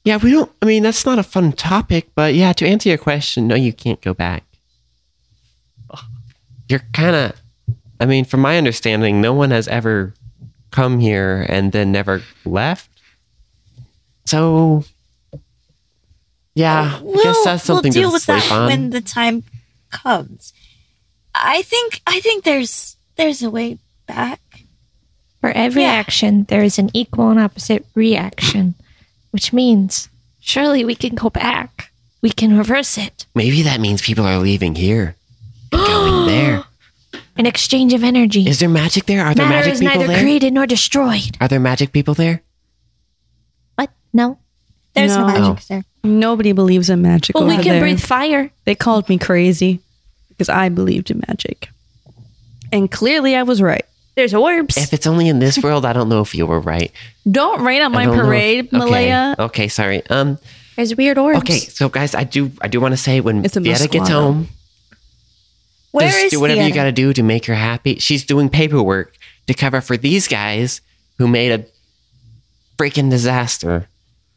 S1: Yeah, we don't. I mean, that's not a fun topic, but yeah, to answer your question, no, you can't go back. You're kind of. I mean, from my understanding, no one has ever come here and then never left. So, yeah, I guess that's something
S10: we'll deal
S1: to
S10: with
S1: sleep
S10: that
S1: on.
S10: when the time comes. I think I think there's there's a way back.
S11: For every
S10: Yeah.
S11: action, there is an equal and opposite reaction, which means surely we can go back. We can reverse it.
S1: Maybe that means people are leaving here and going there.
S11: An exchange of energy.
S1: Is there magic there? Are there
S11: Matter
S1: magic
S11: is
S1: people
S11: neither
S1: there?
S11: created nor destroyed.
S1: Are there magic people there?
S11: What? No.
S10: There's no,
S6: No.
S10: magic there.
S6: Nobody believes in magic.
S11: But we
S6: over
S11: can
S6: there.
S11: breathe fire.
S6: They called me crazy because I believed in magic, and clearly I was right. There's orbs.
S1: If it's only in this world, I don't know if you were right.
S6: Don't rain on
S1: I
S6: my
S1: don't know if-
S6: parade,
S1: okay.
S6: Malaya.
S1: Okay, sorry. Um,
S11: There's weird orbs.
S1: Okay, so guys, I do I do want to say when
S6: It's a
S1: Vieta gets
S6: Musquada.
S1: home,
S10: Where is
S1: just do whatever
S10: the
S1: you got to do to make her happy. She's doing paperwork to cover for these guys who made a freaking disaster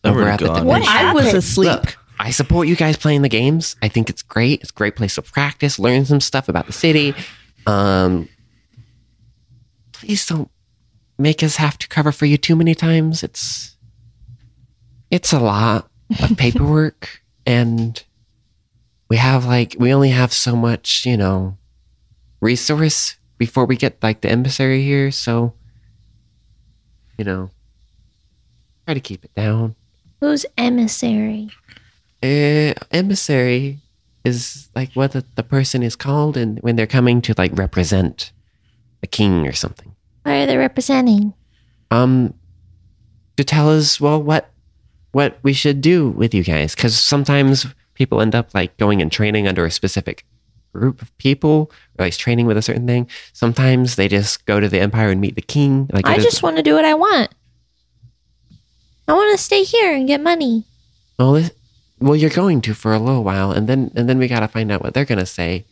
S1: over
S7: my
S1: at the
S7: God.
S1: convention.
S6: I was asleep.
S1: Look, I support you guys playing the games. I think it's great. It's a great place to practice, learn some stuff about the city. Um, please don't make us have to cover for you too many times. It's it's a lot of paperwork and we have like we only have so much, you know, resource before we get like the emissary here, so you know, try to keep it down.
S11: Who's emissary?
S1: Uh, emissary is like what the, the person is called and when they're coming to like represent the king or something.
S11: What are they representing?
S1: um to tell us well what what we should do with you guys because sometimes people end up like going and training under a specific group of people or like training with a certain thing sometimes they just go to the empire and meet the king like
S11: I
S1: it is-
S11: just want to do what I want. I want to stay here and get money.
S1: well, this- well you're going to for a little while and then and then we gotta find out what they're gonna say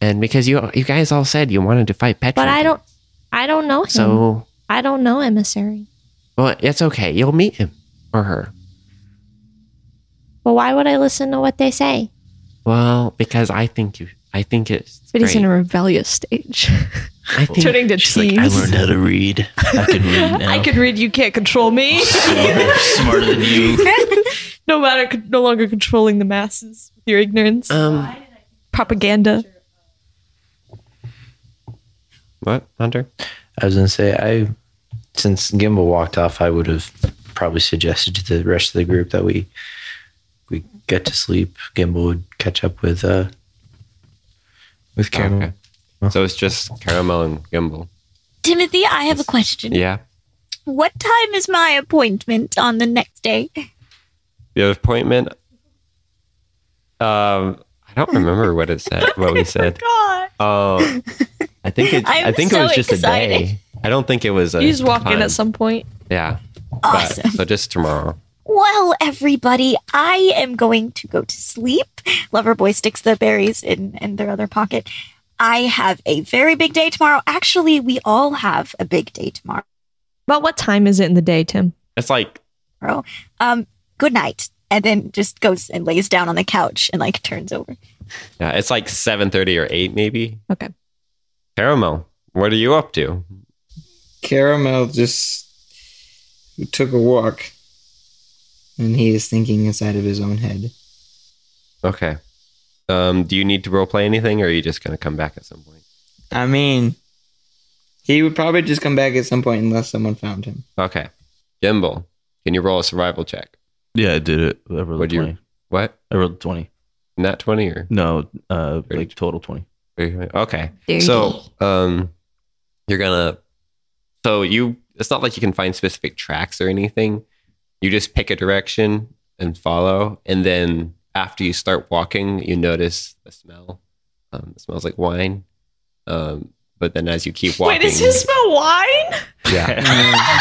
S1: and because you you guys all said you wanted to fight Petra
S11: But I don't I don't know him.
S1: so
S11: I don't know emissary.
S1: well it's okay you'll meet him or her
S11: Well, why would I listen to what they say?
S1: well because I think you I think it's
S3: But he's in
S1: great.
S3: a rebellious stage,
S1: I think
S3: turning to
S2: She's like, I
S3: tease.
S2: learned how to read. I can read now.
S3: I can read. You can't control me.
S2: I'm smarter than you.
S3: no matter, no longer controlling the masses with your ignorance,
S1: um
S3: propaganda.
S8: What, Hunter?
S4: I was gonna say I, since Gimbal walked off, I would have probably suggested to the rest of the group that we we get to sleep. Gimbal would catch up with uh with Caramel.
S8: Okay. So it's just caramel and gimbal.
S10: Timothy, I have a question.
S8: Yeah.
S10: What time is my appointment on the next day?
S8: The appointment. Um, I don't remember what it said. What we said.
S10: God.
S8: Oh, I think it.
S10: I'm
S8: I think
S10: so
S8: it was just a
S10: excited.
S8: day. I don't think it was a.
S3: You just walk in
S8: time.
S3: at some point.
S8: Yeah. but-
S10: Awesome.
S8: so just tomorrow.
S10: Well, everybody, I am going to go to sleep. Loverboy sticks the berries in, in their other pocket. I have a very big day tomorrow. Actually, we all have a big day tomorrow.
S3: About what time is it in the day, Tim?
S8: It's like
S10: Um, good night. And then just goes and lays down on the couch and like turns over.
S8: yeah, it's like seven thirty or eight maybe.
S3: Okay.
S8: Caramel, what are you up to?
S9: Caramel just took a walk, and he is thinking inside of his own head.
S8: Okay. Um, do you need to role play anything, or are you just gonna come back at some point?
S9: I mean, he would probably just come back at some point unless someone found him.
S8: Okay. Gimbal, can you roll a survival check?
S7: Yeah, I did it. I rolled
S8: What'd you-
S7: 20.
S8: What?
S7: I rolled 20.
S8: Not twenty or
S7: No, uh, like total 20.
S8: Okay. So, um, you're gonna. So you, it's not like you can find specific tracks or anything. You just pick a direction and follow, and then after you start walking, you notice the smell. Um, it smells like wine. Um, but then as you keep walking,
S3: Wait, does his smell wine?
S8: yeah,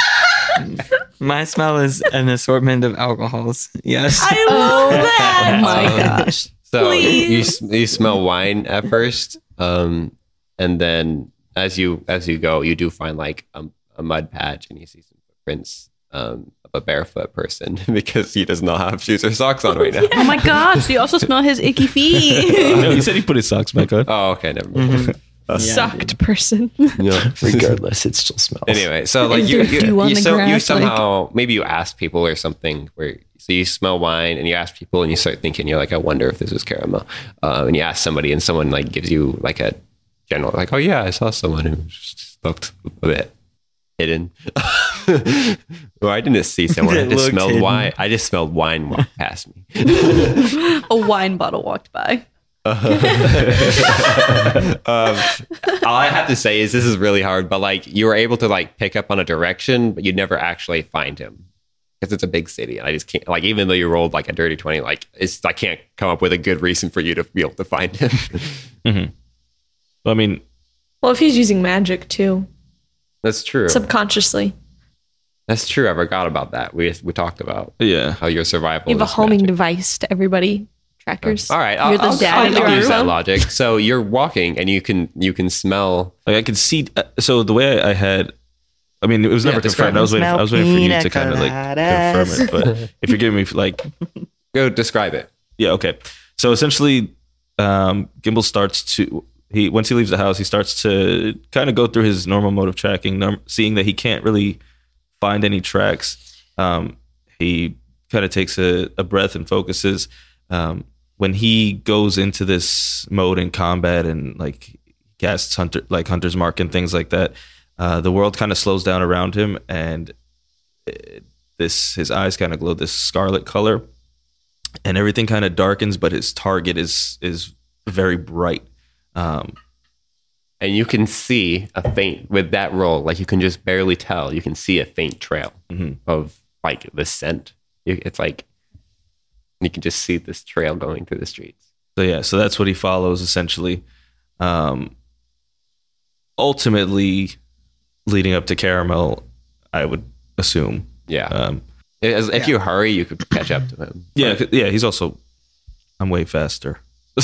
S9: My smell is an assortment of alcohols. Yes.
S3: I love
S5: Oh
S3: that.
S8: Um, So you,
S3: Please.
S8: s- you smell wine at first, um, and then as you as you go, you do find like a, a mud patch, and you see some footprints um, of a barefoot person because he does not have shoes or socks on right now.
S6: Oh my gosh, you also smell his icky feet.
S5: no, he said he put his socks back on.
S8: Oh, okay, never mind.
S3: Sucked person.
S8: No.
S4: Regardless, it still smells.
S8: Anyway, so like
S3: And
S8: you,
S3: there's dew
S8: you,
S3: on
S8: you,
S3: the
S8: so, you
S3: grass, like-
S8: somehow maybe you ask people or something where so you smell wine and you ask people and you start thinking you're like I wonder if this was caramel, um, and you ask somebody and someone like gives you like a general like oh yeah I saw someone who just looked a bit hidden. well, I didn't see someone. I
S9: That
S8: just
S9: looked
S8: smelled
S9: hidden.
S8: wine. I just smelled wine walk past me.
S6: a wine bottle walked by.
S8: Uh, um, all I have to say is this is really hard, but like you were able to like pick up on a direction, but you never actually find him because it's a big city, and I just can't like even though you rolled like a dirty twenty, like it's I can't come up with a good reason for you to be able to find him.
S5: Mm-hmm. I mean,
S3: Well, if he's using magic too,
S8: That's true.
S3: subconsciously,
S8: That's true. I forgot about that. We we talked about
S5: yeah.
S8: how your survival.
S3: you have a
S8: is
S3: homing
S8: magic.
S3: device to everybody. Trackers.
S8: All right, I'll,
S3: You're the
S8: I'll,
S3: dad
S8: I'll,
S3: in
S8: I'll
S3: the
S8: use that
S3: room.
S8: logic. So you're walking, and you can you can smell.
S5: Like I could see. Uh, so the way I, I had, I mean, it was
S8: Yeah,
S5: never
S8: describe
S5: confirmed. I was waiting. I was waiting for you to kind of like
S9: coladas.
S5: confirm it. But if you're giving me like
S8: Go describe it.
S5: Yeah, okay. So essentially, um, Gimbal starts to he once he leaves the house, he starts to kind of go through his normal mode of tracking, num- seeing that he can't really find any tracks. Um, he kind of takes a, a breath and focuses. Um, when he goes into this mode in combat and like casts hunter like hunter's mark and things like that, uh, the world kind of slows down around him, and it, this his eyes kind of glow this scarlet color, and everything kind of darkens, but his target is is very bright. Um,
S8: and you can see a faint with that roll. Like you can just barely tell. You can see a faint trail
S5: Mhm.
S8: of like the scent. You- It's like you can just see this trail going through the streets.
S5: So yeah, so that's what he follows essentially. Um, ultimately, leading up to caramel, I would assume.
S8: Yeah.
S5: Um,
S8: As- if you hurry, you could catch up to him.
S5: yeah, c- yeah. He's also, I'm way faster.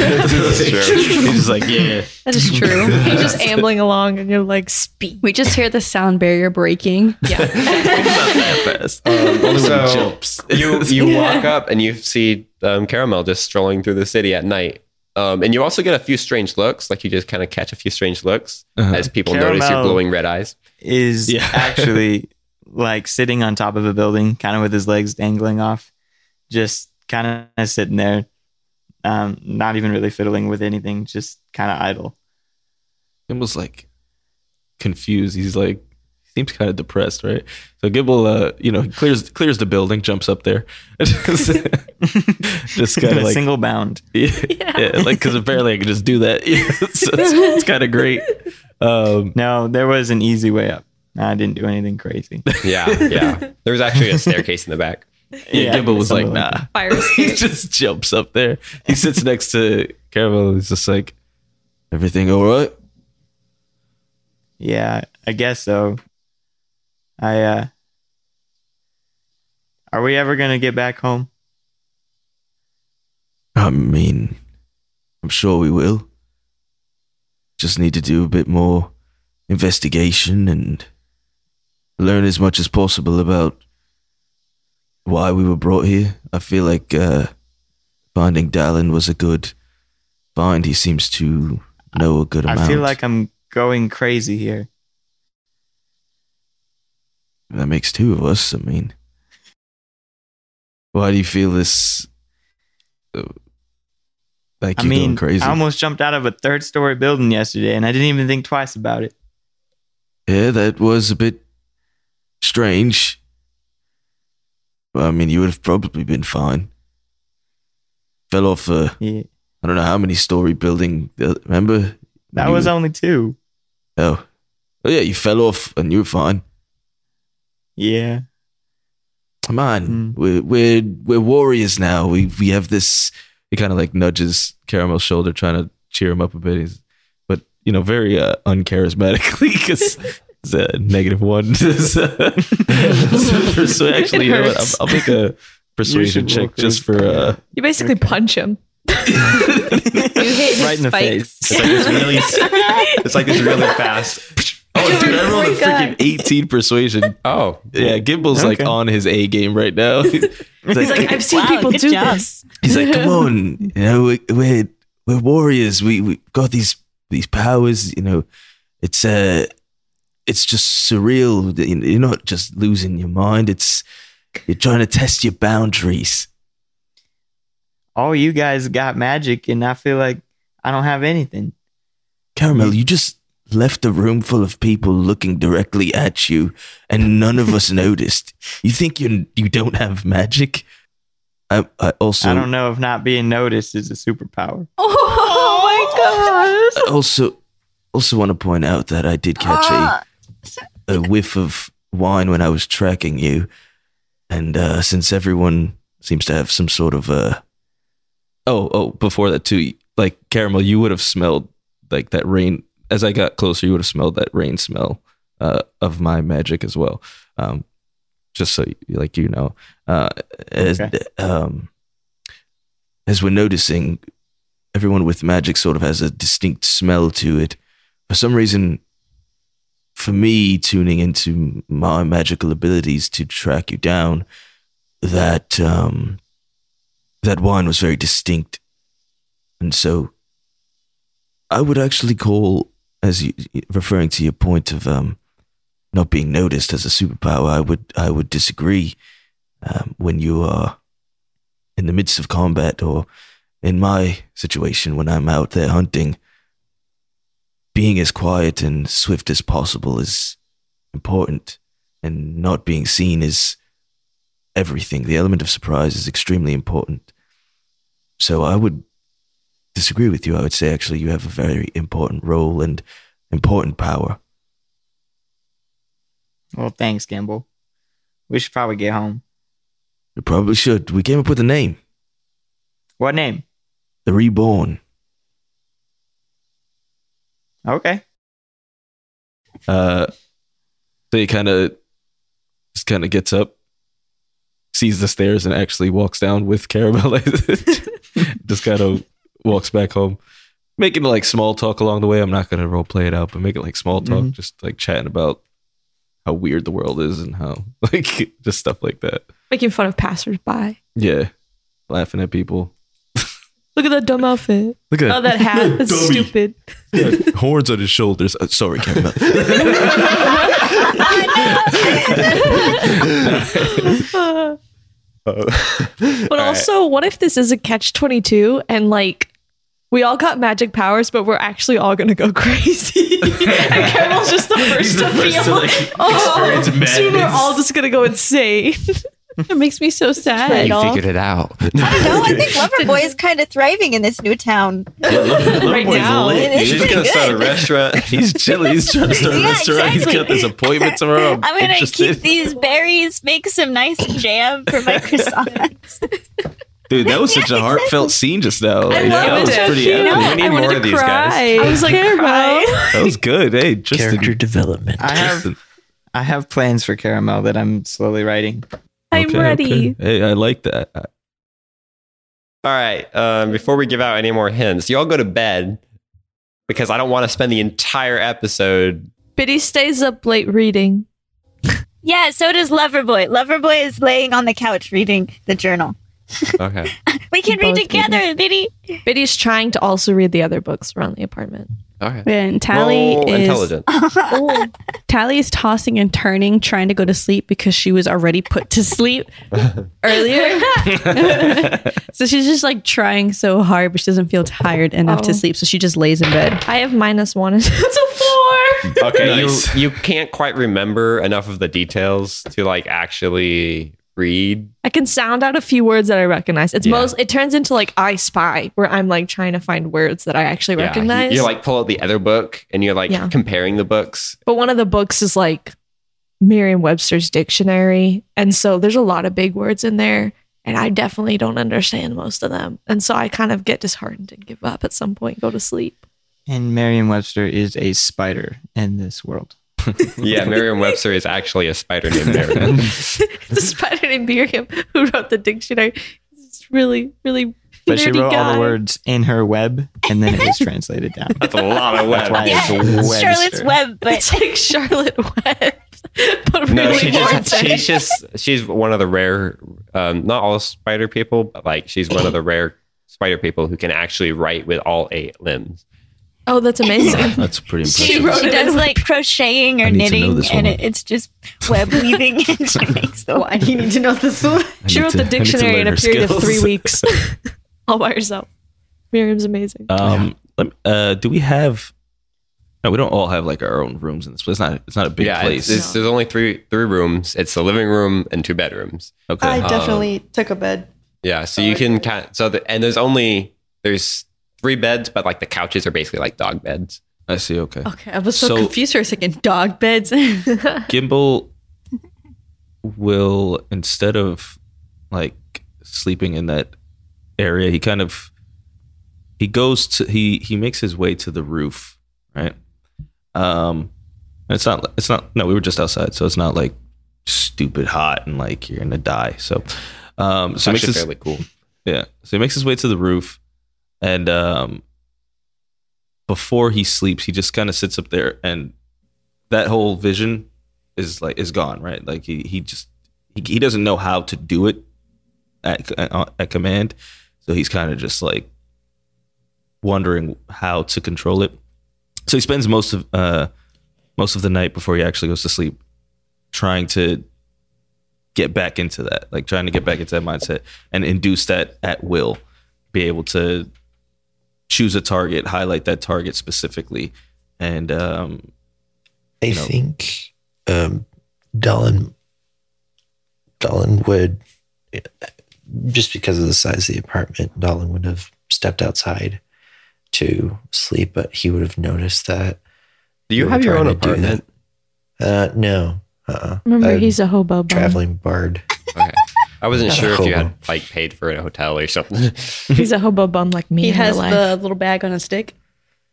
S5: He's just like yeah.
S3: That is true. He's just ambling along and you're like, speed.
S12: We just hear the sound barrier breaking.
S5: Only
S8: Um, So,
S5: jumps.
S8: you you walk up and you see um, Caramel just strolling through the city at night. Um, and you also get a few strange looks, like you just kind of catch a few strange looks as people notice your
S9: Caramel.
S8: glowing red eyes.
S9: Is
S5: Uh-huh. Yeah.
S9: actually like sitting on top of a building, kind of with his legs dangling off, just kind of sitting there, um, not even really fiddling with anything, just kind of idle.
S5: Gimble's like confused. He's like seems kind of depressed, right? So Gimble, uh, you know, he clears clears the building, jumps up there, just kind
S9: In
S5: of
S9: a
S5: like
S9: single bound.
S5: yeah, yeah, like because apparently I can just do that. so it's, it's kind of great. Um,
S9: No, there was an easy way up. I didn't do anything crazy.
S8: Yeah, yeah. There was actually a staircase in the back.
S5: yeah, Gimble was like,
S9: something
S5: nah.
S9: that.
S3: Fire
S5: he
S3: escape.
S5: just jumps up there. He sits next to Caramel. He's just like,
S7: Everything all right?
S9: Yeah, I guess so. I uh Are we ever going to get back home?
S7: I mean, I'm sure we will. Just need to do a bit more investigation and learn as much as possible about why we were brought here. I feel like uh, finding Dallin was a good find. He seems to know a good amount.
S9: I feel like I'm going crazy here.
S7: that makes two of us. I mean, why do you feel this? uh, Like
S9: I
S7: you're going
S9: mean,
S7: crazy.
S9: I almost jumped out of a third-story building yesterday and I didn't even think twice about it.
S7: Yeah, that was a bit strange. Well, I mean, you would have probably been fine. Fell off a,
S9: Yeah.
S7: I don't know how many story building. uh, Remember?
S9: That
S7: You-
S9: was only two.
S7: Oh. Oh, yeah, you fell off and you were fine.
S9: Yeah.
S7: Come on.
S9: Mm.
S7: We're, we're, we're warriors now. We, we have this.
S5: he kind of like nudges Caramel's shoulder, trying to cheer him up a bit. He's, but you know, very uh, uncharismatically because it's a negative one. so actually, you know what? I'll, I'll make a persuasion
S9: should
S5: check
S9: walk
S5: just for
S9: with-
S5: uh,
S3: You basically punch him.
S12: You hit his
S9: Right in the
S12: spikes.
S5: It's like this really, it's like this really fast. Oh, dude, I rolled a freaking 18 persuasion.
S8: Oh,
S5: Yeah, Gimble's
S9: Okay.
S5: like on his A game right now.
S3: He's like, I've seen
S12: Wow,
S3: people
S12: good
S3: do
S12: job.
S3: this.
S7: He's like, come on. You know, we, we're, we're warriors. We, we got these, these powers. You know, it's, uh, it's just surreal. You- You're not just losing your mind. It's, you're trying to test your boundaries.
S9: All you guys got magic and I feel like I don't have anything.
S7: Caramel, you just left a room full of people looking directly at you, and none of us noticed. You think you you don't have magic? I, I also
S9: I don't know if not being noticed is a superpower.
S12: Oh
S7: I also also want to point out that I did catch
S10: Ah.
S7: a, a whiff of wine when I was tracking you, and uh, since everyone seems to have some sort of uh,
S5: Oh, oh, before that too, like caramel, you would have smelled like that rain. As I got closer, you would have smelled that rain smell uh, of my magic as well. Um, just so you, like you know, uh,
S7: as
S9: Okay.
S7: um, as we're noticing, everyone with magic sort of has a distinct smell to it. For some reason, for me, tuning into my magical abilities to track you down, that um, that wine was very distinct, and so I would actually call, as you, referring to your point of um, not being noticed as a superpower, I would I would disagree. Um, when you are in the midst of combat, or in my situation when I'm out there hunting, being as quiet and swift as possible is important, and not being seen is everything. The element of surprise is extremely important. So I would disagree with you. I would say actually you have a very important role and important power.
S9: Well, thanks, Gimbal. We should probably get home.
S7: You probably should. We came up with a name.
S9: What name?
S7: The Reborn.
S9: Okay.
S5: Uh, so he kind of just kind of gets up, sees the stairs, and actually walks down with Caramel. just kind of walks back home, making like small talk along the way. I'm not gonna role play it out, but making like small talk,
S9: Mhm.
S5: just like chatting about how weird the world is and how like just stuff like that.
S3: Making fun of passersby.
S5: Yeah, laughing at people.
S3: Look at that dumb outfit.
S5: Look at
S3: oh,
S5: that.
S3: that hat. That's
S5: Dummy.
S3: stupid.
S7: horns on his shoulders. Uh, sorry, Caramel.
S3: Uh,
S5: but
S3: But also, what if this is a catch 22 and like we all got magic powers, but we're actually all gonna go crazy? and Carol's just the first to feel. oh,
S1: experience
S3: soon we're
S1: madness.
S3: all just gonna go insane. it makes me so sad.
S1: You figured it out.
S10: No, I think Loverboy is kind of thriving in this new town.
S5: right
S10: now. It is
S5: He's
S10: pretty
S5: gonna start a
S10: good.
S5: restaurant. He's chilly. He's trying to start a
S10: Yeah,
S5: restaurant. He's got this appointment tomorrow. I'm,
S10: I'm gonna
S5: interested.
S10: keep these berries, make some nice jam for my croissants.
S5: Dude, that was such a heartfelt scene just now. Like, that
S10: loved
S5: was
S10: it.
S5: pretty
S10: You know,
S5: epic.
S10: I wanted to
S3: I was like, cry.
S5: That was good. Hey, Justin. Character
S2: development.
S9: I have, I have plans for Caramel that I'm slowly writing.
S3: I'm ready.
S5: Hey, I like that.
S8: All right. Um, before we give out any more hints, you all go to bed because I don't want to spend the entire episode.
S3: Biddy stays up late reading.
S10: yeah, so does Loverboy. Loverboy is laying on the couch reading the journal.
S8: Okay.
S10: We can read together, Biddy.
S3: Biddy's trying to also read the other books around the apartment.
S8: All right.
S12: And Tally
S8: Roll
S12: is
S8: intelligence.
S12: Oh. Tally is tossing and turning, trying to go to sleep because she was already put to sleep earlier. so she's just like trying so hard, but she doesn't feel tired enough
S3: Oh.
S12: to sleep. So she just lays in bed.
S3: I have minus one. It's a four.
S8: Okay.
S5: Nice.
S8: You you can't quite remember enough of the details to like actually read.
S3: I can sound out a few words that I recognize. It's
S8: Yeah.
S3: most. It turns into like I Spy, where I'm like trying to find words that I actually
S8: Yeah, you-
S3: recognize.
S8: You, like pull out the other book and you're like
S3: Yeah.
S8: comparing the books.
S3: but one of the books is like Merriam-Webster's dictionary, and so there's a lot of big words in there, and I definitely don't understand most of them, and so I kind of get disheartened and give up at some point, go to sleep.
S9: And Merriam-Webster is a spider in this world.
S8: Yeah, Merriam-Webster is actually a spider named Merriam.
S3: the spider named Miriam who wrote the dictionary. It's really, really.
S9: But she
S3: nerdy
S9: wrote all
S3: guy.
S9: the words in her web, and then it was translated down.
S8: That's a lot of
S9: That's
S8: web.
S9: why it's Webster.
S10: Charlotte's Web, but
S3: It's like Charlotte Webb, but really
S8: No, she just
S3: horrible.
S8: she's just she's one of the rare, um, not all spider people, but like she's one of the rare spider people who can actually write with all eight limbs.
S3: Oh, that's amazing.
S7: That's pretty impressive.
S10: she, she
S3: wrote it
S10: does
S3: in-
S10: like crocheting
S7: I
S10: or
S7: need to know
S10: knitting,
S7: this one.
S10: and it, it's just web weaving. and she makes the
S12: I need to know this one.
S7: I
S3: She
S7: need
S3: wrote
S7: to-
S3: the
S7: I need to
S3: dictionary
S7: learn
S3: in a
S7: her
S3: period of
S7: skills.
S3: three weeks all by herself. Miriam's amazing.
S5: Um, let me, uh, do we have? No, we don't all have like our own rooms in this place. It's not. It's not a big
S8: yeah,
S5: place.
S8: It's, it's, there's only three three rooms. It's the living room and two bedrooms.
S5: okay.
S8: um, definitely
S6: took a bed.
S8: Yeah, so you can kind so the, and there's only there's three beds, but like the couches are basically like dog beds.
S5: I see. Okay.
S12: Okay, I was so,
S5: So-
S12: confused for a second. Dog beds. I
S5: Gimbal will instead of like sleeping in that area, he kind of he goes to he he makes his way to the roof, right? Um it's not it's not no, we were just outside, so it's not like stupid hot and like you're gonna die. So um so
S8: So
S5: he makes
S8: actually
S5: his,
S8: fairly cool.
S5: yeah. So he makes his way to the roof and um before he sleeps, he just kind of sits up there and that whole vision is like is gone, right? Like he he just he, he doesn't know how to do uh, it at at, at command. So he's kind of just like wondering how to control it. So he spends most of uh, most of the night before he actually goes to sleep trying to get back into that, like trying to get back into that mindset and induce that at will, be able to choose a target, highlight that target specifically, and um,
S4: I think um, Dolan Dolan would just because of the size of the apartment, Dolan would have stepped outside to sleep, but he would have noticed that.
S8: Do you
S4: we were
S8: have your
S4: trying
S8: own
S4: to do that.
S8: apartment?
S4: Uh, no. Uh-uh.
S3: Remember,
S4: I'm
S3: he's a hobo. bum.
S4: traveling bard.
S8: Okay. I wasn't sure if you
S4: Hobo.
S8: had like paid for a hotel or something.
S3: He's a hobo bum like me.
S6: He
S3: in
S6: has
S3: real life.
S6: the little bag on a stick.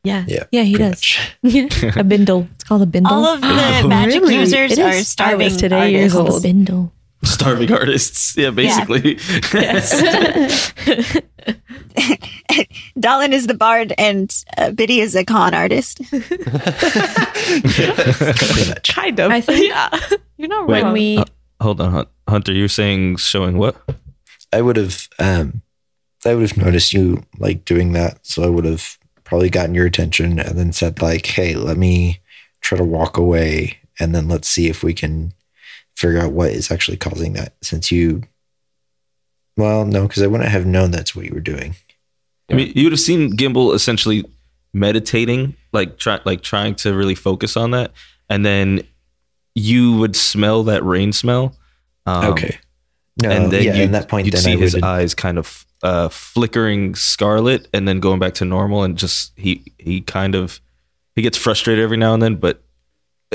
S3: yeah,
S4: Yeah,
S3: yeah. He
S4: pretty
S3: does a bindle. It's called a bindle.
S10: All of the magic users are starving.
S3: today. Years
S10: artists.
S3: old. Bindle.
S5: starving artists. Yeah, basically.
S10: Dolan is the bard, and uh, Biddy is a con artist.
S3: Kind of. I think you're not
S5: Wait. uh,
S3: wrong.
S6: We
S4: Uh,
S5: Hold on, Hun- Hunter. You're saying showing what?
S4: I would have um I would have noticed you like doing that, so I would have probably gotten your attention and then said like, "Hey, let me try to walk away and then let's see if we can figure out what is actually causing that since you well, no, because I wouldn't have known that's what you were doing.
S5: I mean, you would have seen Gimbal essentially meditating, like try, like trying to really focus on that, and then you would smell that rain smell. Um,
S4: okay. No,
S5: and then
S4: yeah,
S5: you,
S4: at that point,
S5: you'd
S4: then
S5: see
S4: I
S5: his
S4: would
S5: eyes kind of uh, flickering scarlet, and then going back to normal, and just he he kind of he gets frustrated every now and then, but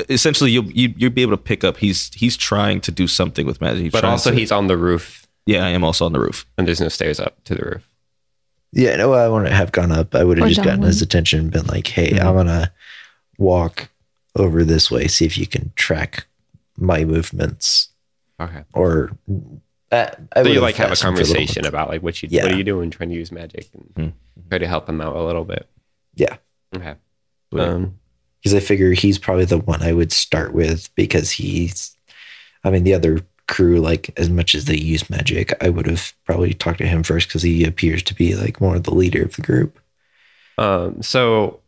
S5: essentially you'll you, you'll be able to pick up he's he's trying to do something with magic, He's
S8: but
S5: trying
S8: also
S5: to-
S8: he's on the roof
S5: yeah, I am also on the roof.
S8: and there's no stairs up to the roof.
S4: Yeah, no, I wouldn't have gone up. I would have
S3: Or
S4: just gotten
S3: down.
S4: his attention and been like, hey, I'm gonna walk over this way, see if you can track my movements.
S8: Okay.
S4: Or uh, I
S8: So
S4: would
S8: you like have a
S4: asked him for little-
S8: conversation about like what you
S4: Yeah.
S8: what are you doing trying to use magic and try to help him out a little bit.
S4: Yeah.
S8: Okay.
S5: Sweet.
S8: Um,
S4: because I figure he's probably the one I would start with because he's, I mean, the other crew, like as much as they use magic, I would have probably talked to him first because he appears to be like more the leader of the group.
S8: um, so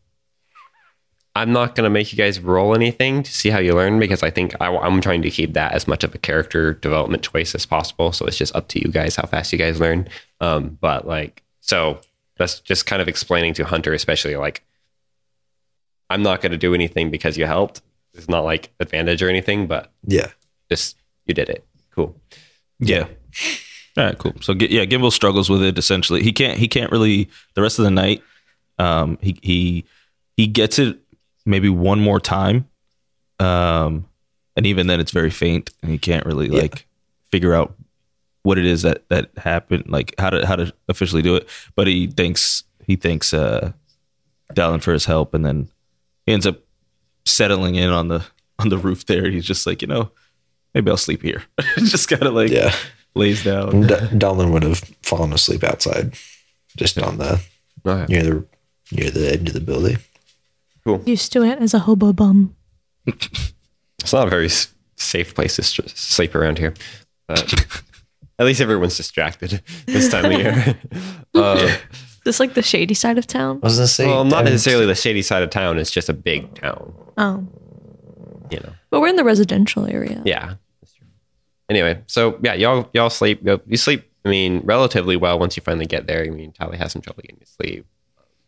S8: I'm not gonna make you guys roll anything to see how you learn because I think I, am trying to keep that as much of a character development choice as possible. So it's just up to you guys how fast you guys learn. Um, but like so that's just kind of explaining to Hunter, especially like I'm not gonna do anything because you helped. It's not like advantage or anything, but
S4: Yeah.
S8: just you did it. Cool.
S5: Yeah. All right, cool. So Gi- yeah, Gimbal struggles with it essentially. He can't he can't really the rest of the night. Um he he he gets it maybe one more time. Um and even then it's very faint and he can't really
S4: Yeah.
S5: like figure out what it is that that happened, like how to how to officially do it. But he thanks he thanks uh Dallin for his help and then he ends up settling in on the on the roof there. He's just like, you know, maybe I'll sleep here. just kind of like
S4: Yeah.
S5: lays
S4: D-
S5: down.
S4: Dolan would have fallen asleep outside just on the,
S8: Okay.
S4: near the, near the edge of the building.
S3: used to it as a hobo bum.
S8: It's not a very s- safe place to st- sleep around here. But at least everyone's distracted this time of year. uh,
S3: Just like the shady side of town.
S4: I was gonna say,
S8: well,
S4: I
S8: not
S4: mean,
S8: necessarily the shady side of town. It's just a big town,
S3: Oh,
S8: you know.
S3: but we're in the residential area.
S8: Yeah. Anyway, so yeah, y'all y'all sleep. Y'all, you sleep. I mean, relatively well once you finally get there. I mean, Tally has some trouble getting to sleep.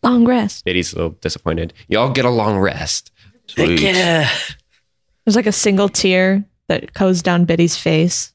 S3: Long rest.
S8: Biddy's a little disappointed. Y'all get a long rest.
S5: Sweet.
S3: There's like a single tear that goes down Biddy's face.